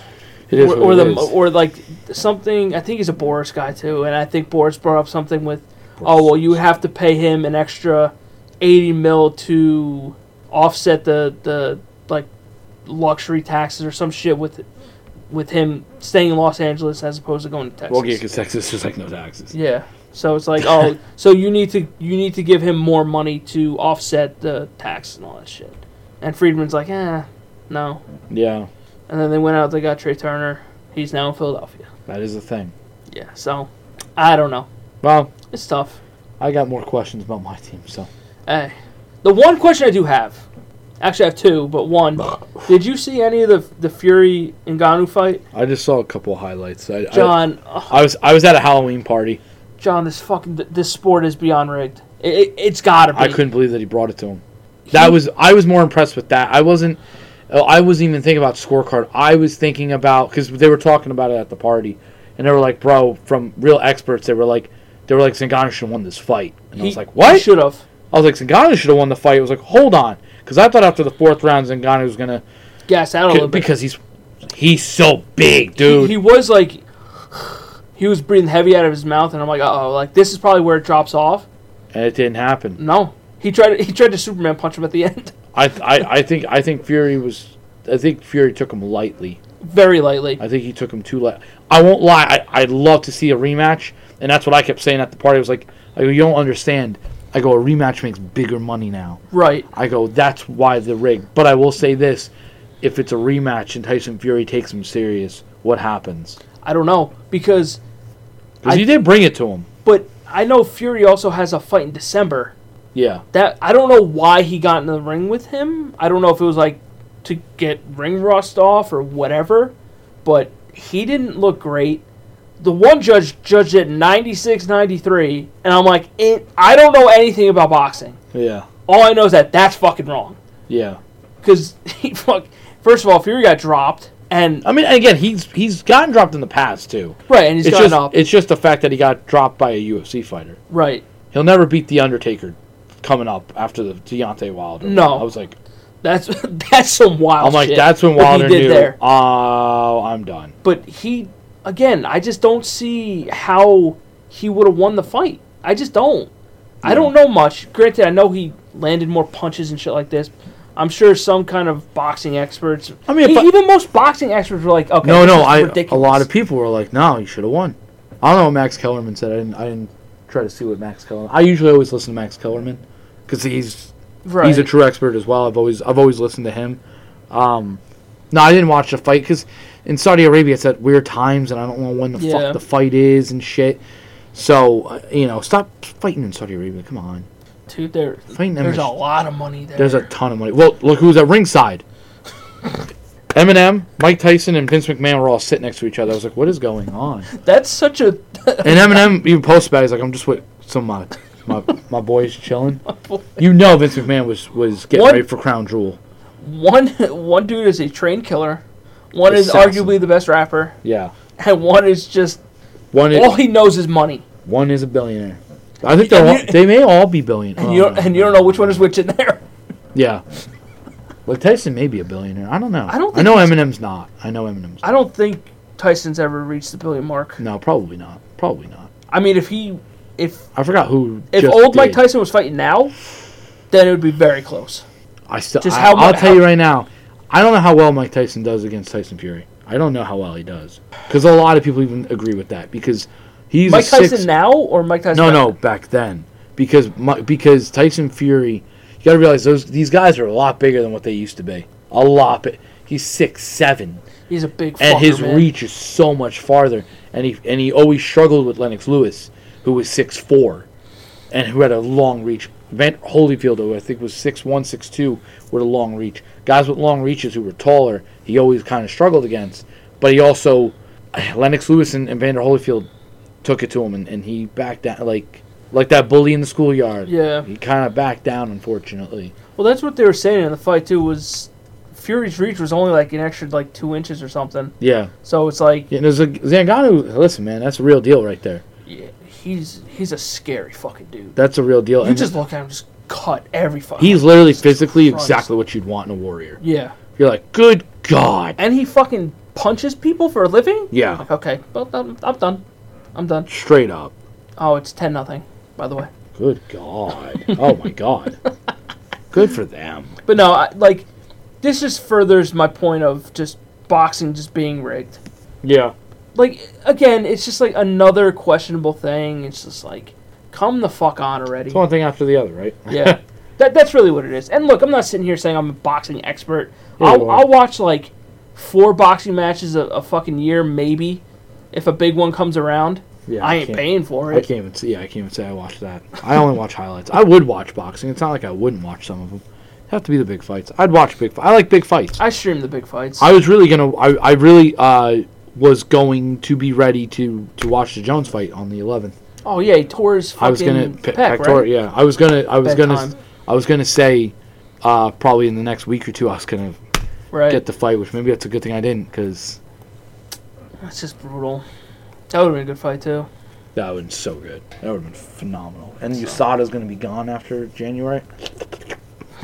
Speaker 1: It is
Speaker 2: or,
Speaker 1: what
Speaker 2: or
Speaker 1: it
Speaker 2: the
Speaker 1: is.
Speaker 2: or like something. I think he's a Boris guy too, and I think Boris brought up something with, oh well, you have to pay him an extra eighty mil to offset the the like luxury taxes or some shit with with him staying in Los Angeles as opposed to going to Texas.
Speaker 1: Well, yeah, because Texas is like no taxes.
Speaker 2: Yeah. So it's like, oh, so you need to you need to give him more money to offset the tax and all that shit. And Friedman's like, eh, no.
Speaker 1: Yeah,
Speaker 2: And then they went out. They got Trey Turner. He's now in Philadelphia.
Speaker 1: that is the thing.
Speaker 2: Yeah. So I don't know.
Speaker 1: Well,
Speaker 2: It's tough.
Speaker 1: I got more questions about my team, so
Speaker 2: Hey, the one question I do have Actually, I have two, but one. Did you see any of the the Fury Ngannou fight,
Speaker 1: I just saw a couple of highlights. I, I-
Speaker 2: John? ugh,
Speaker 1: I, was I was at a Halloween party.
Speaker 2: John, this fucking th- this sport is beyond rigged. It, it, has gotta be.
Speaker 1: I couldn't believe that he brought it to him. That
Speaker 2: He-
Speaker 1: was I was more impressed with that. I wasn't. uh, I wasn't even thinking about scorecard. I was thinking about because they were talking about it at the party, and they were like, "Bro, from real experts, they were like, they were like, Zingano should have won this fight." And I was like, "What?"
Speaker 2: Should have.
Speaker 1: I was like, "Zingano should have won the fight." I was like, "Hold on," because I thought after the fourth round, Zingano was gonna
Speaker 2: Gas out a little bit.
Speaker 1: because he's he's so big,
Speaker 2: He,
Speaker 1: dude.
Speaker 2: he was like, he was breathing heavy out of his mouth, and I'm like, oh, like this is probably where it drops off.
Speaker 1: and it didn't happen.
Speaker 2: No, he tried. He tried to Superman punch him at the end,
Speaker 1: I, I I think I think Fury was I think Fury took him lightly.
Speaker 2: very lightly.
Speaker 1: I think he took him too light. I won't lie. I, I'd love to see a rematch, and that's what I kept saying at the party. I was like, I go, you don't understand. I go, a rematch makes bigger money now.
Speaker 2: Right.
Speaker 1: I go, that's why the rig. But I will say this: if it's a rematch and Tyson Fury takes him serious, what happens?
Speaker 2: I don't know because,
Speaker 1: Because
Speaker 2: I-
Speaker 1: he did bring it to him.
Speaker 2: but I know Fury also has a fight in December.
Speaker 1: Yeah,
Speaker 2: That I don't know why he got in the ring with him. I don't know if it was like to get ring rust off or whatever, but he didn't look great. The one judge judged it 96-93, and I'm like, it, I don't know anything about boxing.
Speaker 1: yeah,
Speaker 2: All I know is that that's fucking wrong.
Speaker 1: yeah.
Speaker 2: Because he fuck. First of all, Fury got dropped, and
Speaker 1: I mean, again, he's he's gotten dropped in the past too.
Speaker 2: right, and he's
Speaker 1: it's
Speaker 2: gotten
Speaker 1: just
Speaker 2: up,
Speaker 1: it's just the fact that he got dropped by a UFC fighter.
Speaker 2: right.
Speaker 1: He'll never beat the Undertaker coming up after the Deontay Wilder.
Speaker 2: No.
Speaker 1: I was like,
Speaker 2: That's that's some wild.
Speaker 1: I'm like,
Speaker 2: shit,
Speaker 1: that's when
Speaker 2: what
Speaker 1: Wilder
Speaker 2: he did
Speaker 1: knew.
Speaker 2: there.
Speaker 1: Oh, I'm done.
Speaker 2: but he again i just don't see how he would have won the fight i just don't i don't know much granted i know he landed more punches and shit like this i'm sure some kind of boxing experts
Speaker 1: I mean, if
Speaker 2: E-
Speaker 1: I-
Speaker 2: even most boxing experts were like okay
Speaker 1: No,
Speaker 2: this
Speaker 1: no,
Speaker 2: is
Speaker 1: I.
Speaker 2: ridiculous.
Speaker 1: A lot of people were like, no, you should have won. I don't know what Max Kellerman said. I didn't. I didn't try to see what Max Kellerman. I usually always listen to Max Kellerman because he's
Speaker 2: right.
Speaker 1: he's a true expert as well. I've always I've always listened to him. Um, no, I didn't watch the fight because in Saudi Arabia it's at weird times, and I don't know when the
Speaker 2: Yeah.
Speaker 1: fuck the fight is and shit. So uh, you know, stop fighting in Saudi Arabia. Come on,
Speaker 2: dude there,
Speaker 1: fighting
Speaker 2: there's a
Speaker 1: MMA.
Speaker 2: lot of money there
Speaker 1: There's a ton of money. Well, look who's at ringside. Eminem, Mike Tyson, and Vince McMahon were all sitting next to each other. I was like, "What is going on?"
Speaker 2: that's such a
Speaker 1: And Eminem even posted about. It. He's like, "I'm just with some of my my, my boys chilling." You know, Vince McMahon was was getting
Speaker 2: One-
Speaker 1: ready for Crown Jewel.
Speaker 2: one one dude is a train killer one is
Speaker 1: Assassin.
Speaker 2: arguably the best rapper
Speaker 1: Yeah,
Speaker 2: and one is just
Speaker 1: one is,
Speaker 2: all Oh, he knows is money
Speaker 1: one is a billionaire. I think they're
Speaker 2: And
Speaker 1: all,
Speaker 2: you-
Speaker 1: they may all be billionaires.
Speaker 2: and you don't, and you don't know which one is which in there
Speaker 1: Yeah. Like Tyson may be a billionaire. I don't know.
Speaker 2: I don't
Speaker 1: I
Speaker 2: think
Speaker 1: know
Speaker 2: he's-
Speaker 1: Eminem's not. I know Eminem's.
Speaker 2: I don't think Tyson's ever reached the billion mark.
Speaker 1: No, probably not. Probably not.
Speaker 2: I mean, if he, if
Speaker 1: I forgot who.
Speaker 2: if
Speaker 1: just
Speaker 2: old Mike
Speaker 1: did.
Speaker 2: Tyson was fighting now, then it would be very close.
Speaker 1: I still.
Speaker 2: Just
Speaker 1: I,
Speaker 2: how mu-
Speaker 1: I'll tell
Speaker 2: how-
Speaker 1: you right now. I don't know how well Mike Tyson does against Tyson Fury. I don't know how well he does because a lot of people even agree with that because he's a
Speaker 2: Mike Tyson
Speaker 1: six-
Speaker 2: now or Mike Tyson?
Speaker 1: No,
Speaker 2: back-
Speaker 1: no, back then because Mi- because Tyson Fury. You got to realize those these guys are a lot bigger than what they used to be. A lot. But he's six seven,
Speaker 2: He's a big
Speaker 1: and
Speaker 2: fucker,
Speaker 1: his
Speaker 2: man.
Speaker 1: reach is so much farther. And he and he always struggled with Lennox Lewis, who was six four, and who had a long reach. Van Holyfield, who I think was six one, six two, with a long reach. Guys with long reaches who were taller, he always kind of struggled against. But he also Lennox Lewis and, and Vander Holyfield took it to him, and, and he backed down like like that bully in the schoolyard.
Speaker 2: Yeah.
Speaker 1: he kind of backed down, unfortunately.
Speaker 2: Well, that's what they were saying in the fight too. Was Fury's reach was only like an extra like two inches or something.
Speaker 1: Yeah,
Speaker 2: So it's like
Speaker 1: yeah. And there's a Zangano. Listen, man, that's a real deal right there.
Speaker 2: yeah, he's he's a scary fucking dude.
Speaker 1: That's a real deal.
Speaker 2: You
Speaker 1: And-
Speaker 2: just look at him, just cut every fucking.
Speaker 1: He's literally physically
Speaker 2: Christ.
Speaker 1: exactly what you'd want in a warrior.
Speaker 2: yeah,
Speaker 1: You're like, good God.
Speaker 2: and he fucking punches people for a living.
Speaker 1: Yeah,
Speaker 2: Like, okay, well, I'm, I'm done. I'm done.
Speaker 1: straight up.
Speaker 2: Oh, it's ten nothing. By the way.
Speaker 1: Good God. Oh my God. Good for them.
Speaker 2: But no, I, like this just furthers my point of just boxing just being rigged.
Speaker 1: Yeah.
Speaker 2: Like again, it's just like another questionable thing. It's just like come the fuck on already.
Speaker 1: It's one thing after the other, right?
Speaker 2: Yeah. That that's really what it is. And look, I'm not sitting here saying I'm a boxing expert.
Speaker 1: Yeah, you
Speaker 2: I'll,
Speaker 1: are.
Speaker 2: I'll watch like four boxing matches a, a fucking year maybe if a big one comes around.
Speaker 1: Yeah,
Speaker 2: I
Speaker 1: I
Speaker 2: ain't
Speaker 1: can't-
Speaker 2: paying for
Speaker 1: I
Speaker 2: it.
Speaker 1: can't even see. Yeah, I can't even say I watched that. I only watch highlights. I would watch boxing. It's not like I wouldn't watch some of them. have to be the big fights. I'd watch big. fi- I like big fights.
Speaker 2: I stream the big fights.
Speaker 1: I was really gonna. I, I really uh, was going to be ready to to watch the Jones fight on the 11th.
Speaker 2: oh yeah, he tore his fucking
Speaker 1: I was gonna
Speaker 2: pec,
Speaker 1: Pac-
Speaker 2: right?
Speaker 1: Tor- Yeah, I was gonna. I was
Speaker 2: Bedtime.
Speaker 1: gonna. I was gonna say uh, probably in the next week or two. I was gonna
Speaker 2: right.
Speaker 1: get the fight, which maybe that's a good thing I didn't because
Speaker 2: That's just brutal. That would have been a good fight too.
Speaker 1: that would been so good. That would have been phenomenal. And USADA's gonna be gone after January.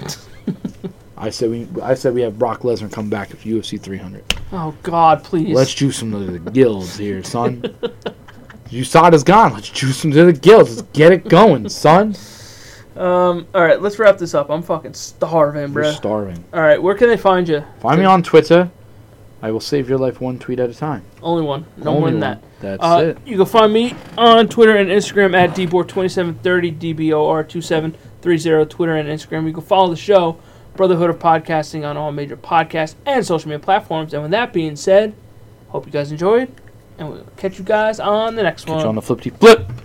Speaker 1: I said we. I said we have Brock Lesnar come back at UFC 300.
Speaker 2: Oh God, please.
Speaker 1: Let's juice him to the gills here, son. USADA's gone. Let's juice him to the gills. Let's get it going, son.
Speaker 2: um. All right, let's wrap this up. I'm fucking starving,
Speaker 1: We're
Speaker 2: bro.
Speaker 1: starving.
Speaker 2: all right, where can they find you?
Speaker 1: Find me on Twitter. I will save your life one tweet at a time.
Speaker 2: Only one. No
Speaker 1: Only
Speaker 2: more
Speaker 1: one.
Speaker 2: than that.
Speaker 1: That's
Speaker 2: Uh,
Speaker 1: it.
Speaker 2: You can find me on Twitter and Instagram at dbor2730, dbor2730, Twitter and Instagram. You can follow the show, Brotherhood of Podcasting, on all major podcast and social media platforms. And with that being said, hope you guys enjoyed, and we'll catch you guys on the next
Speaker 1: Catch
Speaker 2: one.
Speaker 1: you on the flip flip.